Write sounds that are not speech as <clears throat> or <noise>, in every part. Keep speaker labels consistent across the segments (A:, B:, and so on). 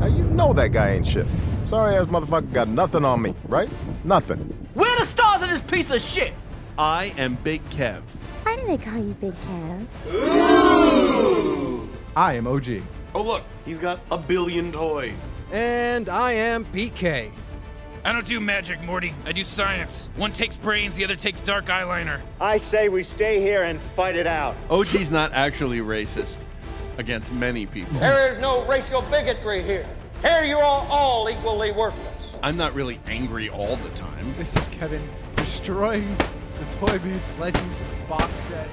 A: that guy ain't shit. Sorry ass motherfucker got nothing on me, right? Nothing.
B: Where the stars in this piece of shit?
C: I am Big Kev.
D: Why do they call you Big Kev?
E: I am OG.
F: Oh, look, he's got a billion toys.
G: And I am PK.
H: I don't do magic, Morty. I do science. One takes brains, the other takes dark eyeliner.
I: I say we stay here and fight it out.
C: OG's not actually racist against many people.
J: There is no racial bigotry here. Here you are all equally worthless.
C: I'm not really angry all the time.
E: This is Kevin destroying the Toy Biz Legends box set.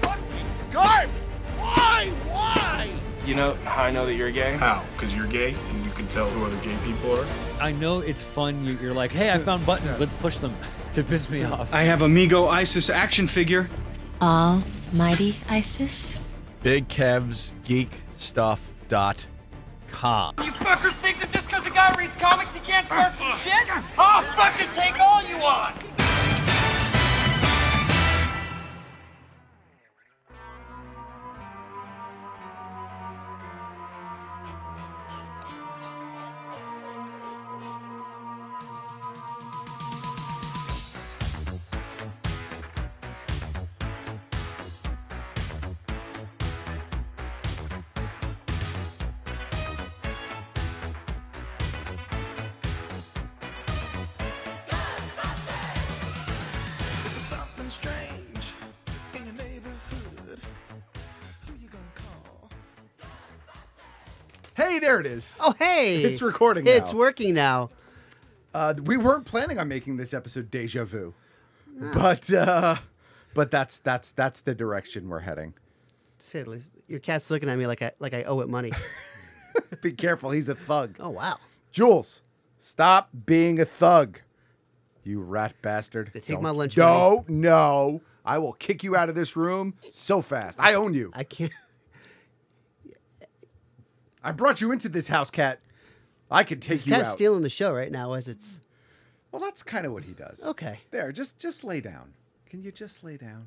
J: Fucking garbage! Why? Why?
K: You know how I know that you're gay?
L: How? Because you're gay and you can tell who other gay people are?
M: I know it's fun. You- You're like, hey, I found buttons. Let's push them to piss me off.
N: I have Amigo ISIS action figure.
O: Almighty ISIS?
C: Big Kev's Geek Stuff dot com.
B: You fuckers think that just because a guy reads comics he can't start some shit? I'll fucking take all you want!
P: Something strange in your neighborhood. Who you gonna call?
E: Hey, there it is.
Q: Oh, hey.
E: It's recording.
Q: It's
E: now.
Q: working now.
E: Uh, we weren't planning on making this episode deja vu,
Q: Ah.
E: but uh, but that's that's that's the direction we're heading.
Q: Seriously, your cat's looking at me like I like I owe it
E: <laughs>
Q: money.
E: Be careful, he's a thug.
Q: Oh wow.
E: Jules, stop being a thug. You rat bastard.
Q: take my lunch
E: No, no. I will kick you out of this room so fast. I own you. <laughs>
Q: I can't.
E: I brought you into this house, cat. I could take
Q: This
E: you out.
Q: cat's stealing the show right now as it's
E: well, that's kind of what he does.
Q: Okay.
E: There, just just lay down. Can you just lay down?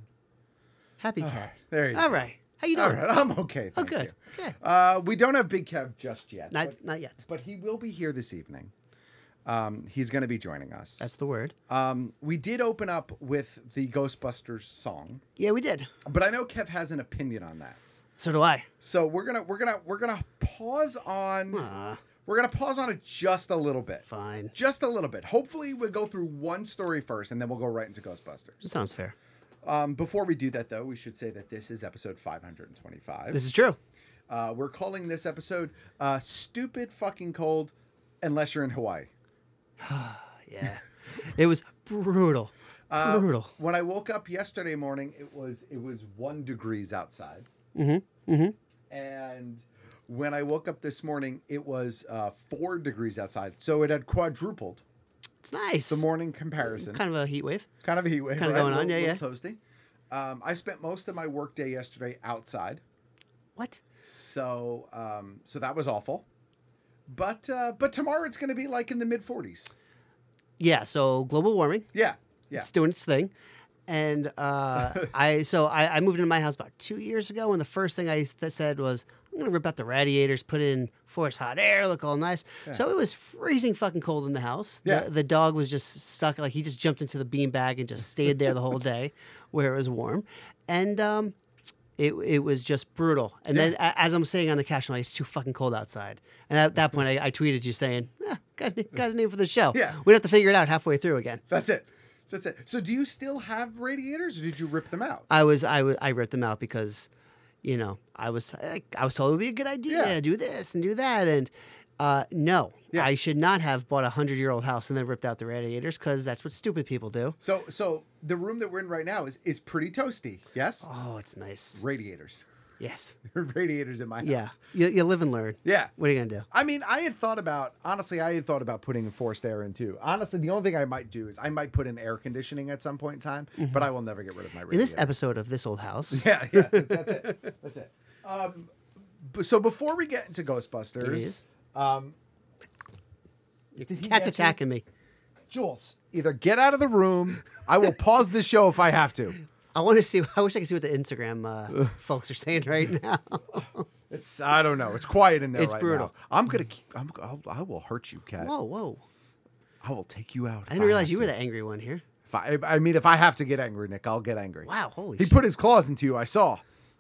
Q: happy
E: All
Q: cat.
E: right, there you go.
Q: All right. How you doing?
E: All right, I'm okay.
Q: Oh,
E: Thank
Q: good.
E: you. Uh, we don't have Big Kev just yet.
Q: Not
E: but,
Q: not yet.
E: but he will be here this evening. Um, he's going to be joining us.
Q: That's the word.
E: Um, we did open up with the Ghostbusters song,
Q: Yeah, we did.
E: but I know Kev has an opinion on that.
Q: So do I.
E: So we're gonna we're gonna we're gonna pause on
Q: Aw,
E: we're gonna pause on it just a little bit,
Q: fine.
E: just a little bit. Hopefully, we'll go through one story first, and then we'll go right into Ghostbusters.
Q: That sounds fair.
E: Um, before we do that, though, we should say that this is episode 525.
Q: This is true.
E: Uh, we're calling this episode uh, "Stupid Fucking Cold," unless you're in Hawaii.
Q: Yeah. it was brutal.
E: Uh,
Q: brutal.
E: When I woke up yesterday morning, it was it was one degrees outside,
Q: Mm-hmm. Mm-hmm.
E: and when I woke up this morning, it was uh, four degrees outside. So it had quadrupled
Q: It's nice.
E: the morning comparison.
Q: kind of a heat wave.
E: Kind of a heat wave.
Q: Kind of
E: right?
Q: going on,
E: Little-
Q: yeah,
E: little Toasty. Um, I spent most of my workday yesterday outside,
Q: What?
E: so um, so that was awful. But uh, but tomorrow it's going to be like in the mid 40s.
Q: Yeah, so global warming.
E: Yeah, yeah.
Q: It's doing its thing. And uh, I so I, I moved into my house about two years ago, and the first thing I th- said was, "I'm gonna rip out the radiators, put in forced hot air, look all nice." So it was freezing fucking cold in the house. The-
E: Yeah.
Q: The, dog was just stuck, like he just jumped into the beanbag and just stayed there the whole day, <laughs> where it was warm, and um, it it was just brutal. And then a- as I'm saying on the cash, I'm like, it's too fucking cold outside. And at that point, I, I tweeted you saying, "Ah, got, a- "Got a name for the show."
E: Yeah.
Q: we'd have to figure it out halfway through again.
E: That's it. That's it. So do you still have radiators, or did you rip them out?
Q: I was I wa- I ripped them out because, you know, I was I, I was told it would be a good idea
E: Yeah.
Q: do this and do that and uh, no,
E: Yeah.
Q: I should not have bought a hundred year old house and then ripped out the radiators because that's what stupid people do.
E: So so the room that we're in right now is is pretty toasty. Yes.
Q: Oh, it's nice.
E: Radiators. <laughs>
Q: Yes.
E: radiators in my house.
Q: Yeah. You, you live and learn.
E: Yeah.
Q: What are you gonna do?
E: I mean, I had thought about honestly, I had thought about putting forced air in too. Honestly, the only thing I might do is I might put in air conditioning at some point in time, but I will never get rid of my
Q: In
E: radiator.
Q: Mm-hmm. this episode of this
E: <laughs>
Q: old house,
E: yeah, yeah, that's it.
Q: <laughs>
E: That's it. Um, b- so before we get into Ghostbusters,
Q: Yes.
E: um,
Q: your
E: Did he get
Q: cat's
E: you?
Q: attacking me.
E: Jules, either get out of the room. I will pause the show if I have to.
Q: <laughs>
E: <laughs>
Q: I want to see. I wish I could see what the Instagram uh, folks are saying right now.
E: It's I don't know. It's quiet in there.
Q: It's
E: right
Q: brutal.
E: now. I'm gonna keep. I'm, I'll, I will hurt you, cat.
Q: Whoa, whoa!
E: I will take you out.
Q: I didn't realize you were the angry one here.
E: If I, I mean, if I have to get angry, Nick, I'll get angry.
Q: Wow, holy
E: He put his claws into you. I saw.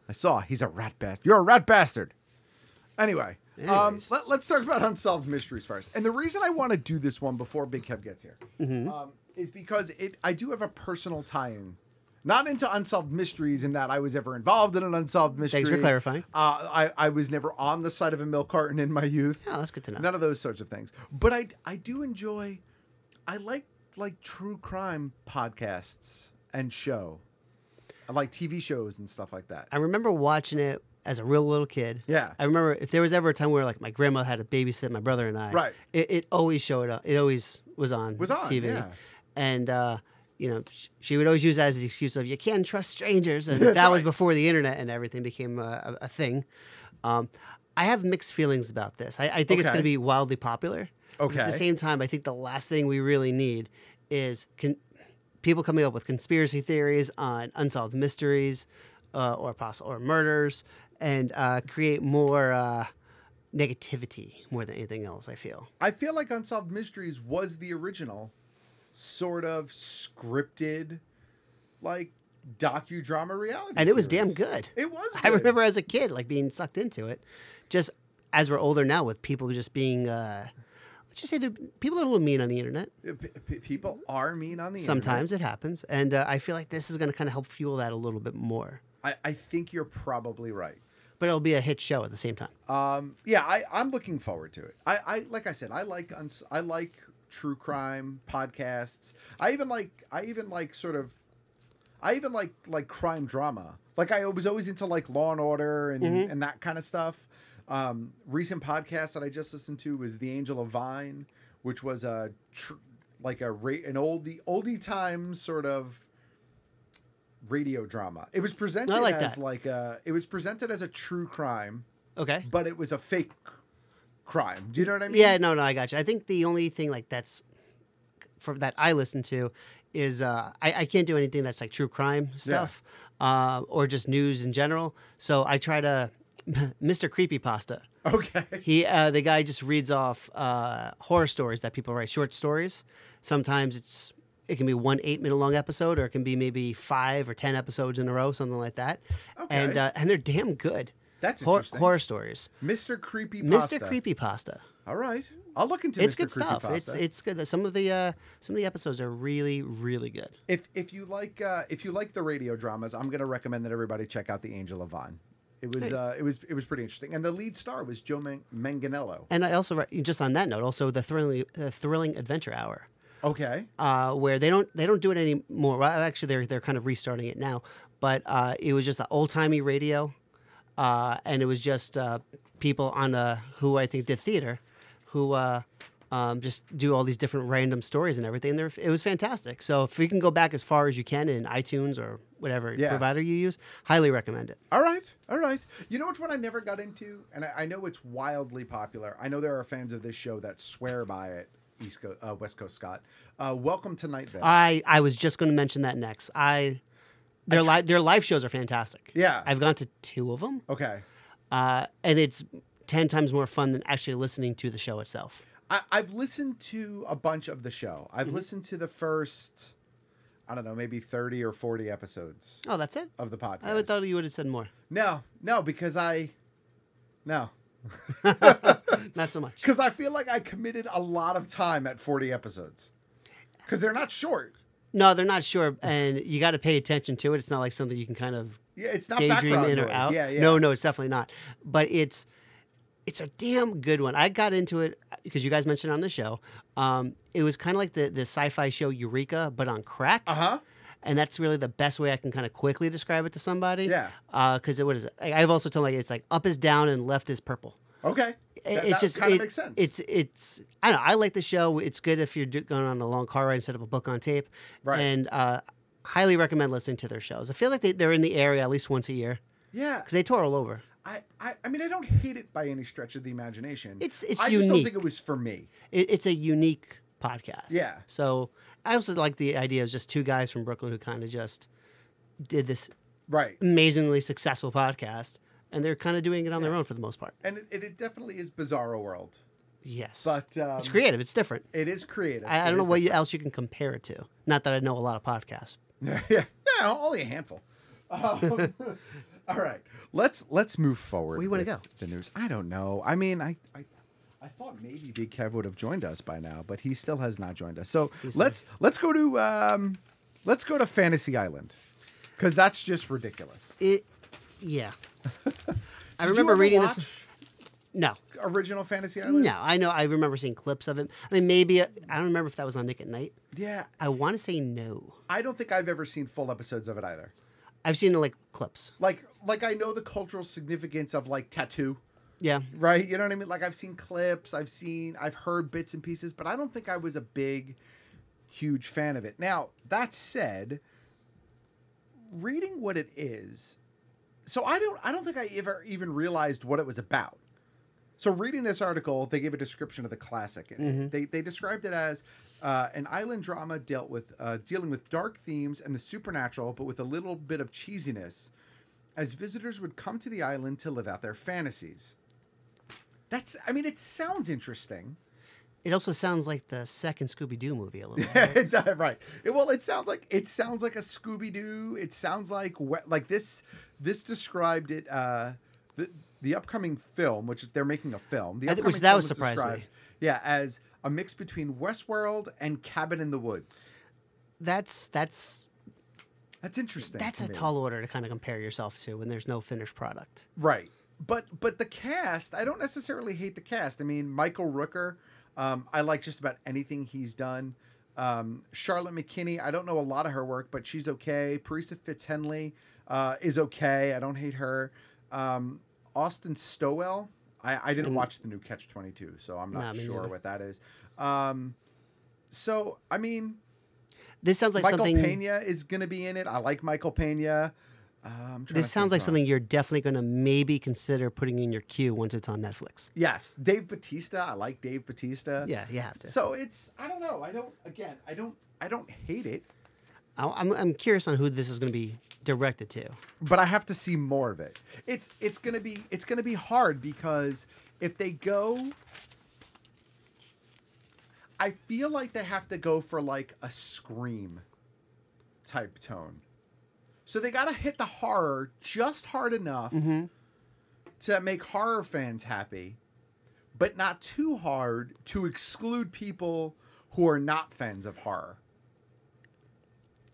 E: I saw. He's a rat bastard. You're a rat bastard. Anyway, um,
Q: Anyways.
E: let, us talk about <laughs> unsolved mysteries first. And the reason I want to do this one before Big Kev gets here
Q: Mhm.
E: um, is because it I do have a personal tie-in. Not into unsolved mysteries in that I was ever involved in an unsolved mystery.
Q: for clarifying.
E: Uh, I, I was never on the side of a milk carton in my youth.
Q: Yeah, Oh, that's good to know.
E: None of those sorts of things. But I I do enjoy I like like true crime podcasts and show. I like TV shows and stuff like that.
Q: I remember watching it as a real little kid.
E: Yeah.
Q: I remember if there was ever a time where like my grandma had to babysit my brother and I.
E: Right.
Q: It, it always showed up. It always was on.
E: Was on,
Q: TV.
E: yeah.
Q: And uh, you know, sh- she would always use that as the excuse of you can't trust strangers, and
E: <laughs>
Q: that
E: That's
Q: was
E: right.
Q: before the internet and everything became a, a, a thing. Um, I have mixed feelings about this. I, I think it's
E: Okay.
Q: going to be wildly popular. But at
E: Okay.
Q: the same time, I think the last thing we really need is con- people coming up with conspiracy theories on unsolved mysteries uh, or possible or murders and uh, create more uh, negativity more than anything else. I feel.
E: I feel like Unsolved Mysteries was the original sort of scripted like docudrama reality.
Q: and it was damn
E: series.
Q: good.
E: It was
Q: I
E: good.
Q: remember as a kid, like being sucked into it. Just as we're older now, with people just being, uh, let's just say, they're- people are a little mean on the internet.
E: Uh, p- p- people are mean on the
Q: Sometimes
E: internet.
Q: it happens, and uh, I feel like this is going to kind of help fuel that a little bit more.
E: I, I think you're probably right.
Q: But it'll be a hit show at the same time.
E: Um, yeah, I, I'm looking forward to it. I, I like I said, I like uns- I like true crime podcasts. I even like I even like sort of I even like like crime drama. Like I was always into like Law and Order and
Q: Mhm.
E: and that kind of stuff. Um, recent podcast that I just listened to was The Angel of Vine, which was a tr- like a ra- an oldie oldie time sort of radio drama. It was presented
Q: like
E: as
Q: that.
E: like a it was presented as a true crime.
Q: Okay.
E: But it was a fake crime. Do you know what I mean?
Q: Yeah, no, no, I got you. I think the only thing like that's for that I listen to is uh, I, I can't do anything that's like true crime stuff uh, or just news in general. So I try to <laughs> Mr. Creepypasta.
E: Okay.
Q: He uh, the guy just reads off uh, horror stories that people write, short stories. Sometimes it's it can be one eight minute long episode, or it can be maybe five or ten episodes in a row, something like that. And
E: Okay.
Q: uh, and they're damn good.
E: That's
Q: Hor-
E: interesting.
Q: horror stories.
E: Mr. Creepy
Q: Mr. Creepypasta.
E: All right. I'll look into
Q: it's
E: Mr.
Q: good stuff. It's
E: Creepypasta.
Q: it's good. Some of the uh, some of the episodes are really really good.
E: If if you like uh, if you like the radio dramas, I'm gonna recommend that everybody check out The Angel of Vine. It was
Q: Hey.
E: uh, it was it was pretty interesting, and the lead star was Joe Man- Manganello.
Q: And I also re- just on that note, also the thrilling the thrilling adventure hour.
E: Okay.
Q: uh, where they don't they don't do it anymore. Well, actually, they're they're kind of restarting it now. But uh, it was just the old timey radio, uh, and it was just uh, people on uh, who I think did theater, who uh, um, just do all these different random stories and everything. And they're, it was fantastic. So if you can go back as far as you can in iTunes or whatever
E: Yeah.
Q: provider you use, highly recommend it.
E: All right, all right. You know which one I never got into, and I, I know it's wildly popular. I know there are fans of this show that swear by it. East Coast, uh, West Coast Scott. Uh, welcome to Night Vale.
Q: I I was just going to mention that next. I their li- their live shows are fantastic.
E: Yeah. Oh.
Q: I've gone to two of them.
E: Okay.
Q: uh, and it's ten times more fun than actually listening to the show itself.
E: I, I've listened to a bunch of the show. I've
Q: Mm-hmm.
E: listened to the first, I don't know, maybe thirty or forty episodes
Q: Oh, that's it.
E: of the podcast.
Q: I would thought you would have said more.
E: No, no, because I, no,
Q: Not so
E: <laughs>
Q: much.
E: because I feel like I committed a lot of time at forty episodes, because they're not short.
Q: No, they're not sure, and you got to pay attention to it. It's not like something you can kind of
E: Yeah, it's not
Q: daydream
E: background
Q: in or
E: noise.
Q: out.
E: Yeah, yeah.
Q: No, no, it's definitely not. But it's it's a damn good one. I got into it because you guys mentioned it on the show. Um, it was kind of like the the sci-fi show Eureka, but on crack. Uh
E: huh.
Q: And that's really the best way I can kind of quickly describe it to somebody. Yeah. Because it what is it? I- I've also told like it's like up is down and left is purple.
E: Okay.
Q: It,
E: That-
Q: it
E: that
Q: just
E: kinda
Q: it-
E: makes sense.
Q: It's it's I don't know. I like the show. It's good if you're do, going on a long car ride and set up a book on tape.
E: Right.
Q: And uh, highly recommend listening to their shows. I feel like they, they're in the area at least once a year
E: Yeah,
Q: because they tour all over.
E: I, I, I mean, I don't hate it by any stretch of the imagination.
Q: It's- it's
E: I just don't think
Q: unique.
E: it was for me.
Q: It, it's a unique podcast.
E: Yeah.
Q: So I also like the idea of just two guys from Brooklyn who kind of just did this
E: right
Q: amazingly successful podcast and they're kind of doing it on their own for the most part.
E: and it, it definitely is bizarro world.
Q: Yes,
E: but um,
Q: it's creative. It's different.
E: It is creative.
Q: I,
E: It
Q: I don't know
E: is
Q: what you-
E: different.
Q: else you can compare it to. Not that I know a lot of podcasts.
E: yeah, yeah, only a handful. Um, <laughs> all right, let's let's move forward.
Q: Where you wanna
E: with
Q: go?
E: The news. I don't know. I mean, I I, I thought maybe Big Kev would have joined us by now, but he still has not joined us. So let's let's go to um, let's go to Fantasy Island because that's just ridiculous.
Q: It,
E: <laughs>
Q: yeah. I
E: Did you
Q: remember
E: ever
Q: reading
E: watch
Q: this. No,
E: original Fantasy Island.
Q: no. I know. I remember seeing clips of it. I mean, maybe uh, I don't remember if that was on Nick at Night.
E: Yeah,
Q: I want to say no.
E: I don't think I've ever seen full episodes of it either.
Q: I've seen like clips.
E: Like like I know the cultural significance of like tattoo.
Q: Yeah.
E: right? You know what I mean? Like I've seen clips, I've seen, I've heard bits and pieces, but I don't think I was a big, huge fan of it. Now that said, reading what it is, so I don't, I don't think I ever even realized what it was about. So reading this article, they gave a description of the classic. and
P: Mhm.
E: They, they described it as uh, an island drama dealt with uh, dealing with dark themes and the supernatural, but with a little bit of cheesiness, as visitors would come to the island to live out their fantasies. That's, I mean, it sounds interesting. <laughs>
Q: It also sounds like the second Scooby Doo movie a little.
E: <laughs>
Q: bit.
E: it does, right. It- well, it sounds like it sounds like a Scooby Doo. It sounds like we- like this. This described it. Uh, the the upcoming film, which is- they're making a film. The
Q: I thi- which
E: upcoming
Q: that
E: film
Q: was surprised me.
E: described, Yeah, as a mix between Westworld and Cabin in the Woods.
Q: That's that's
E: that's interesting.
Q: That's
E: to
Q: a
E: me.
Q: tall order to kind of compare yourself to when there's no finished product.
E: Right. But but the cast, I don't necessarily hate the cast. I mean, Michael Rooker, um, I like just about anything he's done. Um, Charlotte McKinney, I don't know a lot of her work, but she's okay. Parisa Fitzhenley uh, is okay. I don't hate her. Um, Austin Stowell, I, I didn't watch the new Catch 22, so I'm
Q: Mm. Nah,
E: not
Q: me
E: sure
Q: neither.
E: what that is. Um, so, I mean,
Q: This sounds like
E: Michael
Q: something.
E: Pena is going to be in it. I like Michael Pena. Uh, I'm trying to
Q: This sounds
E: think
Q: like
E: who
Q: something you're definitely going to maybe consider putting in your queue once it's on Netflix.
E: Yes, Dave Batista. I like Dave Batista.
Q: Yeah, you have to.
E: So it's I don't know. I don't again. I don't I don't hate it,
Q: I- I'm, I'm curious on who this is going to be directed to.
E: but I have to see more of it. It's it's gonna be it's gonna be hard because if they go, I feel like they have to go for like a scream type tone. So they gotta hit the horror just hard enough to make horror fans happy, but not too hard to exclude people who are not fans of horror.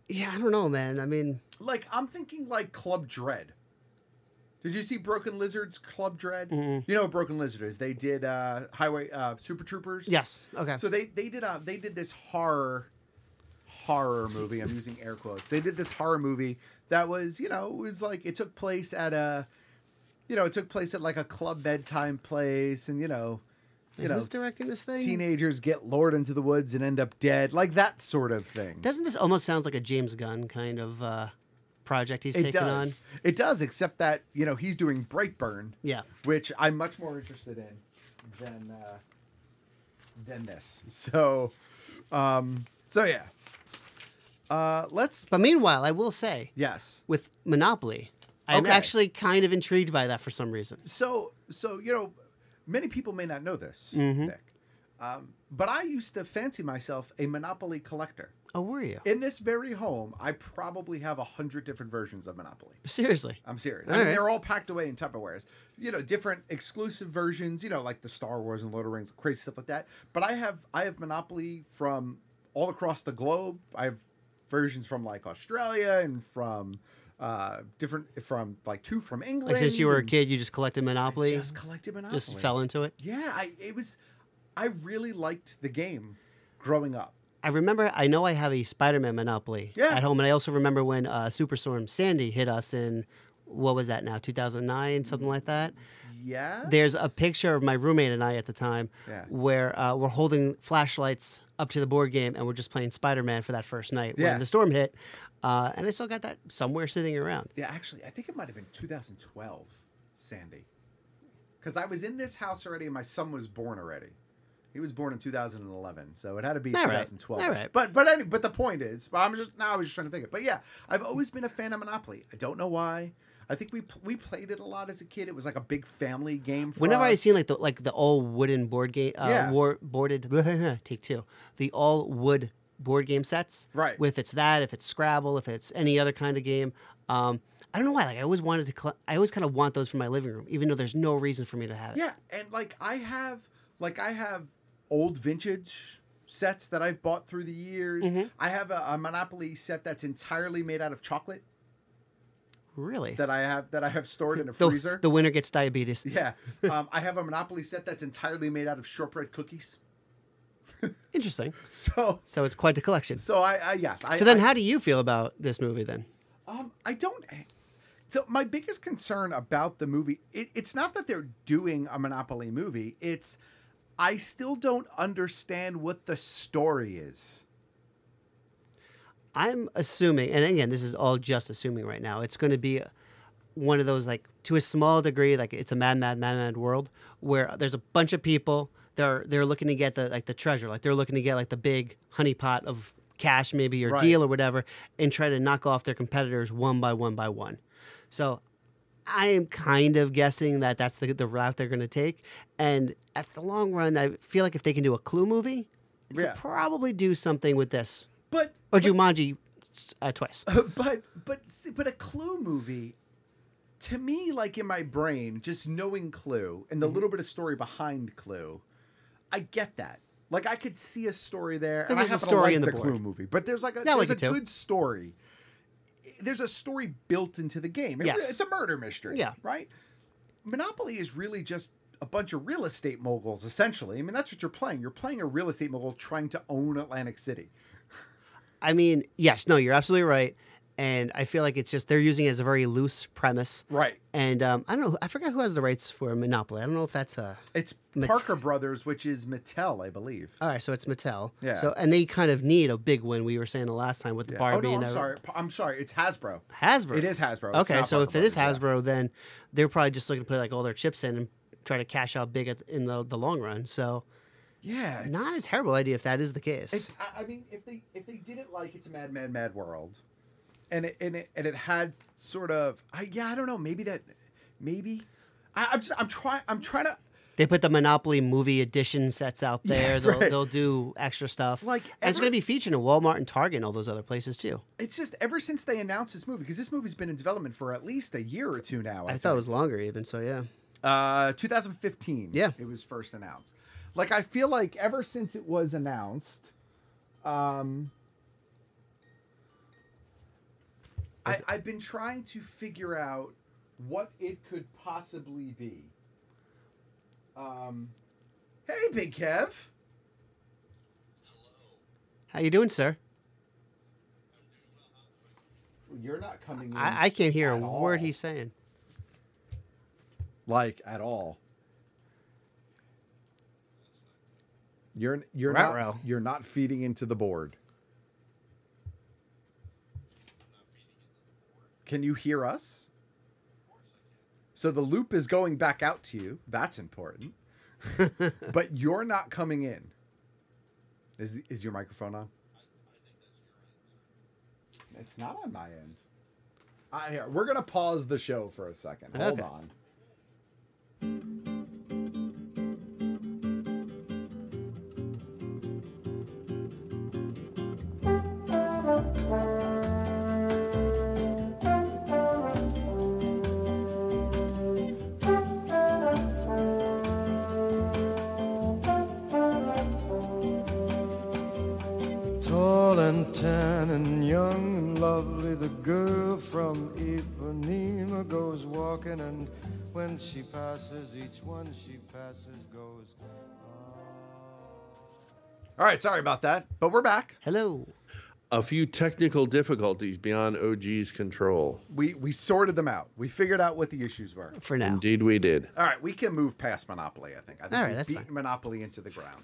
Q: Yeah, I don't know, man. I mean,
E: Like I'm thinking like Club Dread. Did you see Broken Lizard's Club Dread?
Q: Mm-hmm.
E: You know what Broken Lizard is? They did uh, Highway uh, Super Troopers.
Q: Yes. Okay.
E: So they they did uh, they did this horror horror movie. I'm using air quotes. They did this horror movie that was you know it was like it took place at a you know it took place at like a club bedtime place and you know you
Q: And
E: know
Q: who's directing this thing?
E: teenagers get lured into the woods and end up dead like that sort of thing.
Q: doesn't this almost sounds like a James Gunn kind of uh, project he's taking
E: does.
Q: on?
E: It does, except that you know he's doing Brightburn,
Q: Yeah.
E: which I'm much more interested in than uh, than this. So, um, so yeah. Uh, let's.
Q: But meanwhile, I will say
E: yes
Q: with Monopoly, I'm
E: Okay.
Q: actually kind of intrigued by that for some reason.
E: So so you know, many people may not know this,
Q: Mhm.
E: Nick, um, but I used to fancy myself a Monopoly collector.
Q: Oh, were you?
E: In this very home, I probably have a hundred different versions of Monopoly.
Q: Seriously.
E: I'm serious. I
Q: All
E: mean,
Q: right.
E: they're all packed away in Tupperwares. You know, different exclusive versions. You know, like the Star Wars and Lord of the Rings, crazy stuff like that. But I have I have Monopoly from all across the globe. I have versions from like Australia and from uh different from like two from England.
Q: Like since you were a
E: and-
Q: kid, you just collected Monopoly.
E: just collected
Q: Just
E: Monopoly.
Q: fell into it.
E: Yeah, I it was. I really liked the game growing up.
Q: I remember. I know I have a Spider-Man Monopoly
E: Yeah.
Q: at home, and I also remember when uh, Superstorm Sandy hit us in what was that now, 2009, something like that.
E: Yeah.
Q: There's a picture of my roommate and I at the time
E: Yeah.
Q: where uh, we're holding flashlights up to the board game and we're just playing Spider-Man for that first night
E: Yeah.
Q: when the storm hit, uh, and I still got that somewhere sitting around.
E: Yeah, actually, I think it might have been 2012, Sandy. Because I was in this house already and my son was born already. He was born in 2011, so it had to be
Q: All right,
E: 2012.
Q: all right.
E: But but any, but the point is, well, I'm just now I was just trying to think it. But yeah, I've always been a fan of Monopoly. I don't know why. I think we pl- we played it a lot as a kid. It was like a big family game. For
Q: Whenever
E: us.
Q: I seen like the like the all wooden board game, uh,
E: Yeah.
Q: war, boarded <laughs> take two, the all wood board game sets.
E: Right.
Q: If it's that, if it's Scrabble, if it's any other kind of game, um, I don't know why. Like I always wanted to. Cl- I always kind of want those for my living room, even though there's no reason for me to have it.
E: Yeah, and like I have like I have old vintage sets that I've bought through the years.
Q: Mm-hmm.
E: I have a, a Monopoly set that's entirely made out of chocolate
Q: Really.
E: that I have that I have stored in a
Q: <laughs> The-
E: freezer.
Q: The winner gets diabetes.
E: yeah, um, I have a Monopoly set that's entirely made out of shortbread cookies. <laughs>
Q: Interesting.
E: So.
Q: So it's quite the collection.
E: So I, I yes. I,
Q: so then,
E: I-
Q: how do you feel about this movie then?
E: Um, I don't. So my biggest concern about the movie, it, it's not that they're doing a Monopoly movie. It's I still don't understand what the story is.
Q: I'm assuming, and again, this is all just assuming right now. It's going to be one of those like to a small degree, like it's a mad, mad, mad, mad world where there's a bunch of people. They're they're looking to get the like the treasure, like they're looking to get like the big honeypot of cash, maybe or
R: Right.
Q: deal or whatever, and try to knock off their competitors one by one by one. So I am kind of guessing that that's the the route they're going to take. And at the long run, I feel like if they can do a Clue movie, they could
E: Yeah.
Q: probably do something with this.
E: But
Q: or Jumanji uh, twice.
E: <laughs> But but see, but a Clue movie, to me, like in my brain, just knowing Clue and the
Q: Mm-hmm.
E: little bit of story behind Clue, I get that. Like I could see a story there, and I
Q: There's a
E: happen to
Q: story
E: like
Q: in
E: the,
Q: the
E: Clue
Q: board.
E: movie. But there's like a,
Q: Yeah, I
E: there's
Q: like
E: a
Q: it too.
E: good story. There's a story built into the game. It-
Q: Yes.
E: it's a murder mystery.
Q: Yeah.
E: right. Monopoly is really just a bunch of real estate moguls, essentially. I mean, that's what you're playing. You're playing a real estate mogul trying to own Atlantic City.
Q: I mean, yes, no, you're absolutely right. And I feel like it's just they're using it as a very loose premise.
E: Right.
Q: And um, I don't know. I forgot who has the rights for Monopoly. I don't know if that's uh, a.
E: It's
Q: Mate-
E: Parker Brothers, which is Mattel, I believe.
Q: All right, so it's Mattel.
E: Yeah.
Q: So and they kind of need a big win. We were saying the last time with the
E: Oh
Q: Barbie.
E: no,
Q: and
E: I'm
Q: every-
E: sorry. P- I'm sorry. It's Hasbro.
Q: Hasbro.
E: It is Hasbro. It's
Q: okay,
E: not
Q: so if
E: Parker
Q: it is
E: Brothers,
Q: Hasbro, then they're probably just looking to put like all their chips in and try to cash out big at, in the, the long run. So
E: Yeah, it's,
Q: not a terrible idea if that is the case.
E: It's, I- I mean, if they if they did it like it's Mad Mad Mad World, and it and it, and it had sort of I, yeah I don't know maybe that maybe I, I'm just I'm trying I'm trying to
Q: They put the Monopoly movie edition sets out
E: <laughs>
Q: there.
E: Yeah,
Q: they'll,
E: right.
Q: they'll do extra stuff.
E: Like,
Q: And it's
E: ever-
Q: going to be featured in Walmart and Target and all those other places too.
E: it's just ever since they announced this movie because this movie's been in development for at least a year or two now.
Q: I
E: think.
Q: thought it was longer even. So yeah,
E: Uh, 2015.
Q: Yeah.
E: it was first announced. Like I feel like ever since it was announced, um, I, I've been trying to figure out what it could possibly be. Um, hey, Big Kev.
Q: how you doing, sir?
E: You're not coming in.
Q: I, I can't hear a
E: Mm, at
Q: word
E: all.
Q: he's saying.
E: like at all. You're you're not
Q: Ruh-roh.
E: you're not feeding into the board. Can you hear us? So the loop is going back out to you. That's important. but you're not coming in. Is is your microphone on? It's not on my end. I here. We're gonna pause the show for a second. Hold
Q: Okay.
E: on.
S: Tall and tan and young and lovely, the girl from Ipanema goes walking, and when she passes, each one she passes goes.
E: All right, sorry about that, but we're back.
Q: Hello.
T: A few technical difficulties beyond OG's control.
E: We we sorted them out. We figured out what the issues were.
Q: For now.
T: Indeed, we did.
E: All right, we can move past Monopoly. I think. I think
Q: All right,
E: we've
Q: that's
E: beaten Monopoly into the ground.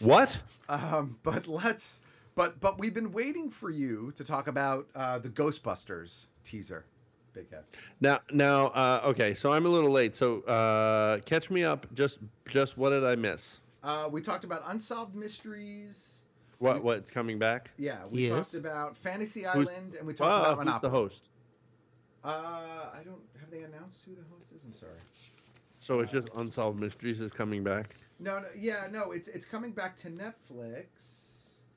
T: What?
E: Um, but let's. But but we've been waiting for you to talk about uh, the Ghostbusters teaser. Big F.
T: Now, now, uh, okay. So I'm a little late. So uh, catch me up. Just, just what did I miss?
E: Uh, we talked about unsolved mysteries.
T: What, what's coming back?
E: Yeah, we
T: Yes.
E: talked about Fantasy
T: Who's-
E: Island, and we talked
T: Oh,
E: about
T: who's the
E: Monopoly.
T: host?
E: Uh, I don't. Have they announced who the host is? I'm sorry.
T: So it's just Unsolved Mysteries is coming back
E: No, no. Yeah, no. It's it's coming back to Netflix.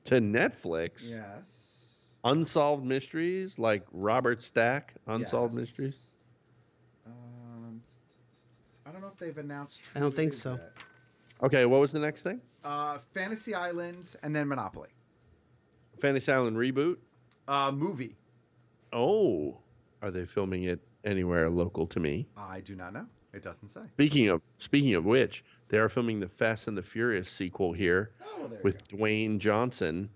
T: to Netflix.
E: Yes.
T: Unsolved Mysteries, like Robert Stack, Unsolved
E: Yes.
T: Mysteries.
E: Um, t- t- t- I don't know if they've announced.
Q: I don't
E: who it
Q: think
E: is
Q: so.
E: yet.
T: Okay, what was the next thing?
E: Uh, Fantasy Island and then Monopoly.
T: Fantasy Island reboot.
E: Uh, movie.
T: Oh, are they filming it anywhere local to me?
E: I do not know. It doesn't say.
T: Speaking of speaking of which, they are filming the Fast and the Furious sequel here
E: <gasps> well, Oh, there you
T: with Dwayne Johnson,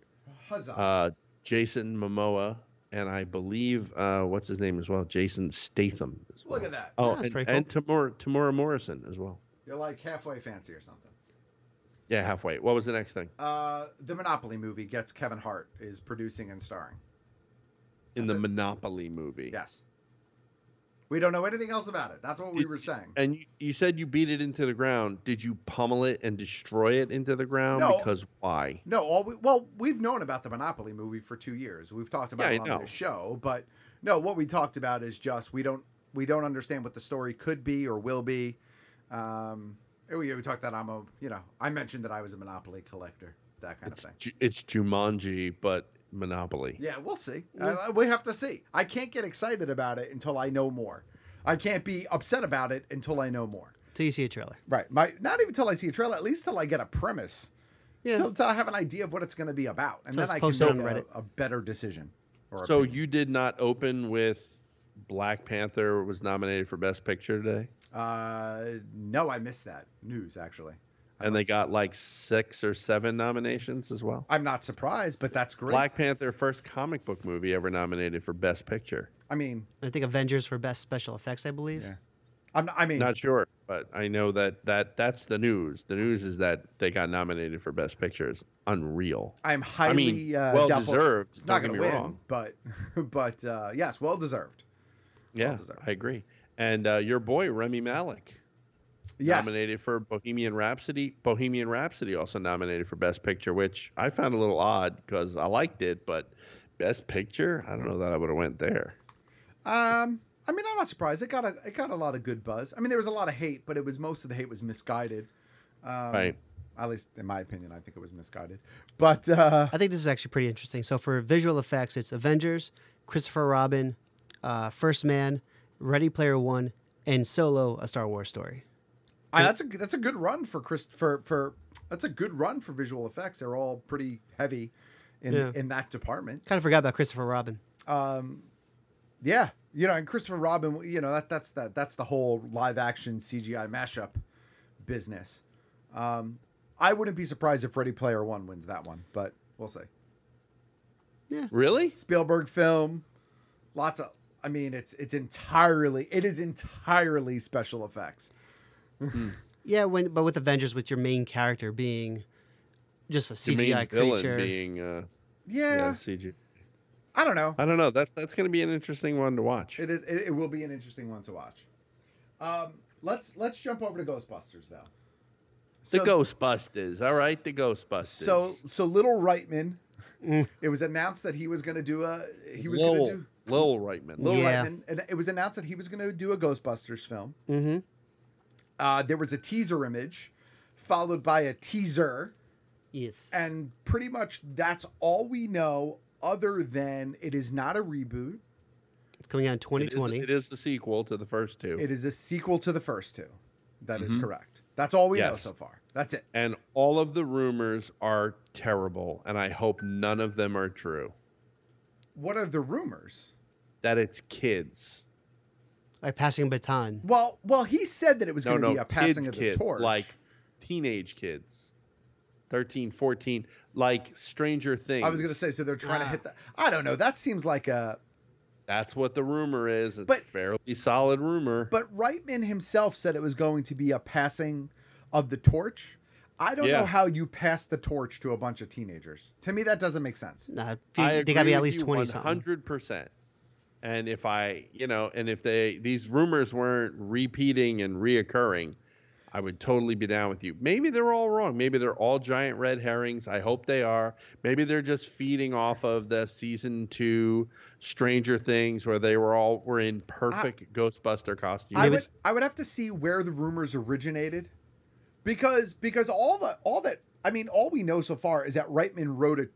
E: Huzzah.
T: uh, Jason Momoa, and I believe uh, what's his name as well, Jason Statham. as
E: Look
T: well.
E: at that.
T: Oh, and, and Tamora, Tamora Morrison as well.
E: You're like halfway fancy or something.
T: Yeah, halfway. What was the next thing
E: Uh, the Monopoly movie gets Kevin Hart is producing and starring.
T: in the Monopoly movie?
E: Yes. We don't know anything else about it. That's what we were saying.
T: And you, you said you beat it into the ground. Did you pummel it and destroy it into the ground?
E: No.
T: Because why?
E: No, all we, well, we've known about the Monopoly movie for two years. We've talked about
T: Yeah, I
E: it on
T: know.
E: the show, but no, what we talked about is just we don't we don't understand what the story could be or will be. Um, and we, we talked that I'm a you know I mentioned that I was a Monopoly collector, that kind of thing.
T: Ju- It's Jumanji, but Monopoly.
E: Yeah, we'll see. Uh, we have to see. I can't get excited about it until I know more. I can't be upset about it until I know more.
Q: Till you see a trailer.
E: Right. My not even till I see a trailer. At least till I get a premise.
Q: Yeah.
E: Till, till I have an idea of what it's going to be about, and
Q: Till
E: then
Q: it's
E: I can
Q: posted
E: make
Q: on
E: a,
Q: Reddit.
E: a better decision. Or
T: So
E: opinion.
T: you did not open with Black Panther was nominated for Best Picture today,
E: uh, no, I missed that news actually.
T: and they got like six or seven nominations as well.
E: I'm not surprised, but that's great.
T: Black Panther, first comic book movie ever nominated for Best Picture.
E: I mean,
Q: I think Avengers for best special effects. I believe. Yeah.
E: I'm. I mean,
T: Not sure, but I know that that that's the news. The news is that they got nominated for Best Picture. It's unreal.
E: I'm highly
T: mean,
E: uh,
T: well
E: doubtful-
T: deserved.
E: It's not
T: don't
E: going
T: get
E: to
T: me
E: win,
T: wrong.
E: but <laughs> but uh, yes, well deserved.
T: Yeah, I agree. And uh, your boy Remy Malik,
E: Yes.
T: nominated for Bohemian Rhapsody. Bohemian Rhapsody also nominated for Best Picture, which I found a little odd because I liked it, but Best Picture, I don't know that I would have went there.
E: Um, I mean, I'm not surprised. It got a it got a lot of good buzz. I mean, there was a lot of hate, but it was most of the hate was misguided. Um,
T: Right.
E: At least in my opinion, I think it was misguided. But uh,
Q: I think this is actually pretty interesting. So for visual effects, it's Avengers, Christopher Robin, uh, First Man, Ready Player One, and Solo: A Star Wars Story.
E: I, that's a that's a good run for Chris for for that's a good run for visual effects. They're all pretty heavy in
Q: Yeah.
E: in that department.
Q: Kind of forgot about Christopher Robin.
E: Um, yeah, you know, and Christopher Robin, you know, that that's that that's the whole live action CGI mashup business. Um, I wouldn't be surprised if Ready Player One wins that one, but we'll see.
T: Really?
E: Spielberg film, lots of. I mean, it's it's entirely it is entirely special effects.
Q: Yeah, when but with Avengers, with your main character being just a
T: Your main
Q: CGI
T: villain
Q: creature.
T: being uh,
E: Yeah.
T: CG.
E: I don't know.
T: I don't know. That's that's going to be an interesting one to watch.
E: It is. It, it will be an interesting one to watch. Um, let's let's jump over to Ghostbusters though.
T: the Ghostbusters. All right, the Ghostbusters.
E: So so little Reitman, it was announced that he was going to do a he was going
T: Lowell,
E: to do
T: Lowell Reitman.
E: Little Reitman, and it was announced that he was going to do a Ghostbusters film.
Q: Mm-hmm.
E: Uh, there was a teaser image, followed by a teaser.
Q: Yes.
E: And pretty much that's all we know, other than it is not a reboot.
Q: It's coming out in
T: It is-
Q: 2020.
T: It is the sequel to the first two.
E: It is a sequel to the first two. That is
T: Mhm.
E: correct. That's all we know
T: Yes.
E: so far. That's it.
T: And all of the rumors are terrible, and I hope none of them are true.
E: What are the rumors?
T: That it's kids.
Q: Like passing baton.
E: Well, well, he said that it was
T: no,
E: going to
T: no,
E: be a passing
T: kids,
E: of the
T: kids,
E: torch.
T: Like teenage kids. 13, 14, like Stranger Things.
E: I was going to say, so they're trying to
T: Ah.
E: hit that. I don't know. That seems like a.
T: That's what the rumor is. It's but, fairly solid rumor.
E: But Reitman himself said it was going to be a passing of the torch. I don't
T: Yeah.
E: know how you pass the torch to a bunch of teenagers. To me, that doesn't make sense.
Q: Nah,
T: I
Q: they gotta be
T: agree
Q: at
T: with
Q: least
T: you
Q: 20 something.
T: 100%. And if I, you know, and if they, these rumors weren't repeating and reoccurring, I would totally be down with you. Maybe they're all wrong. Maybe they're all giant red herrings. I hope they are. Maybe they're just feeding off of the season two Stranger Things where they were all were in perfect Ghostbuster costumes.
E: I would I would have to see where the rumors originated, because because all the all that I mean all we know so far is that Reitman wrote a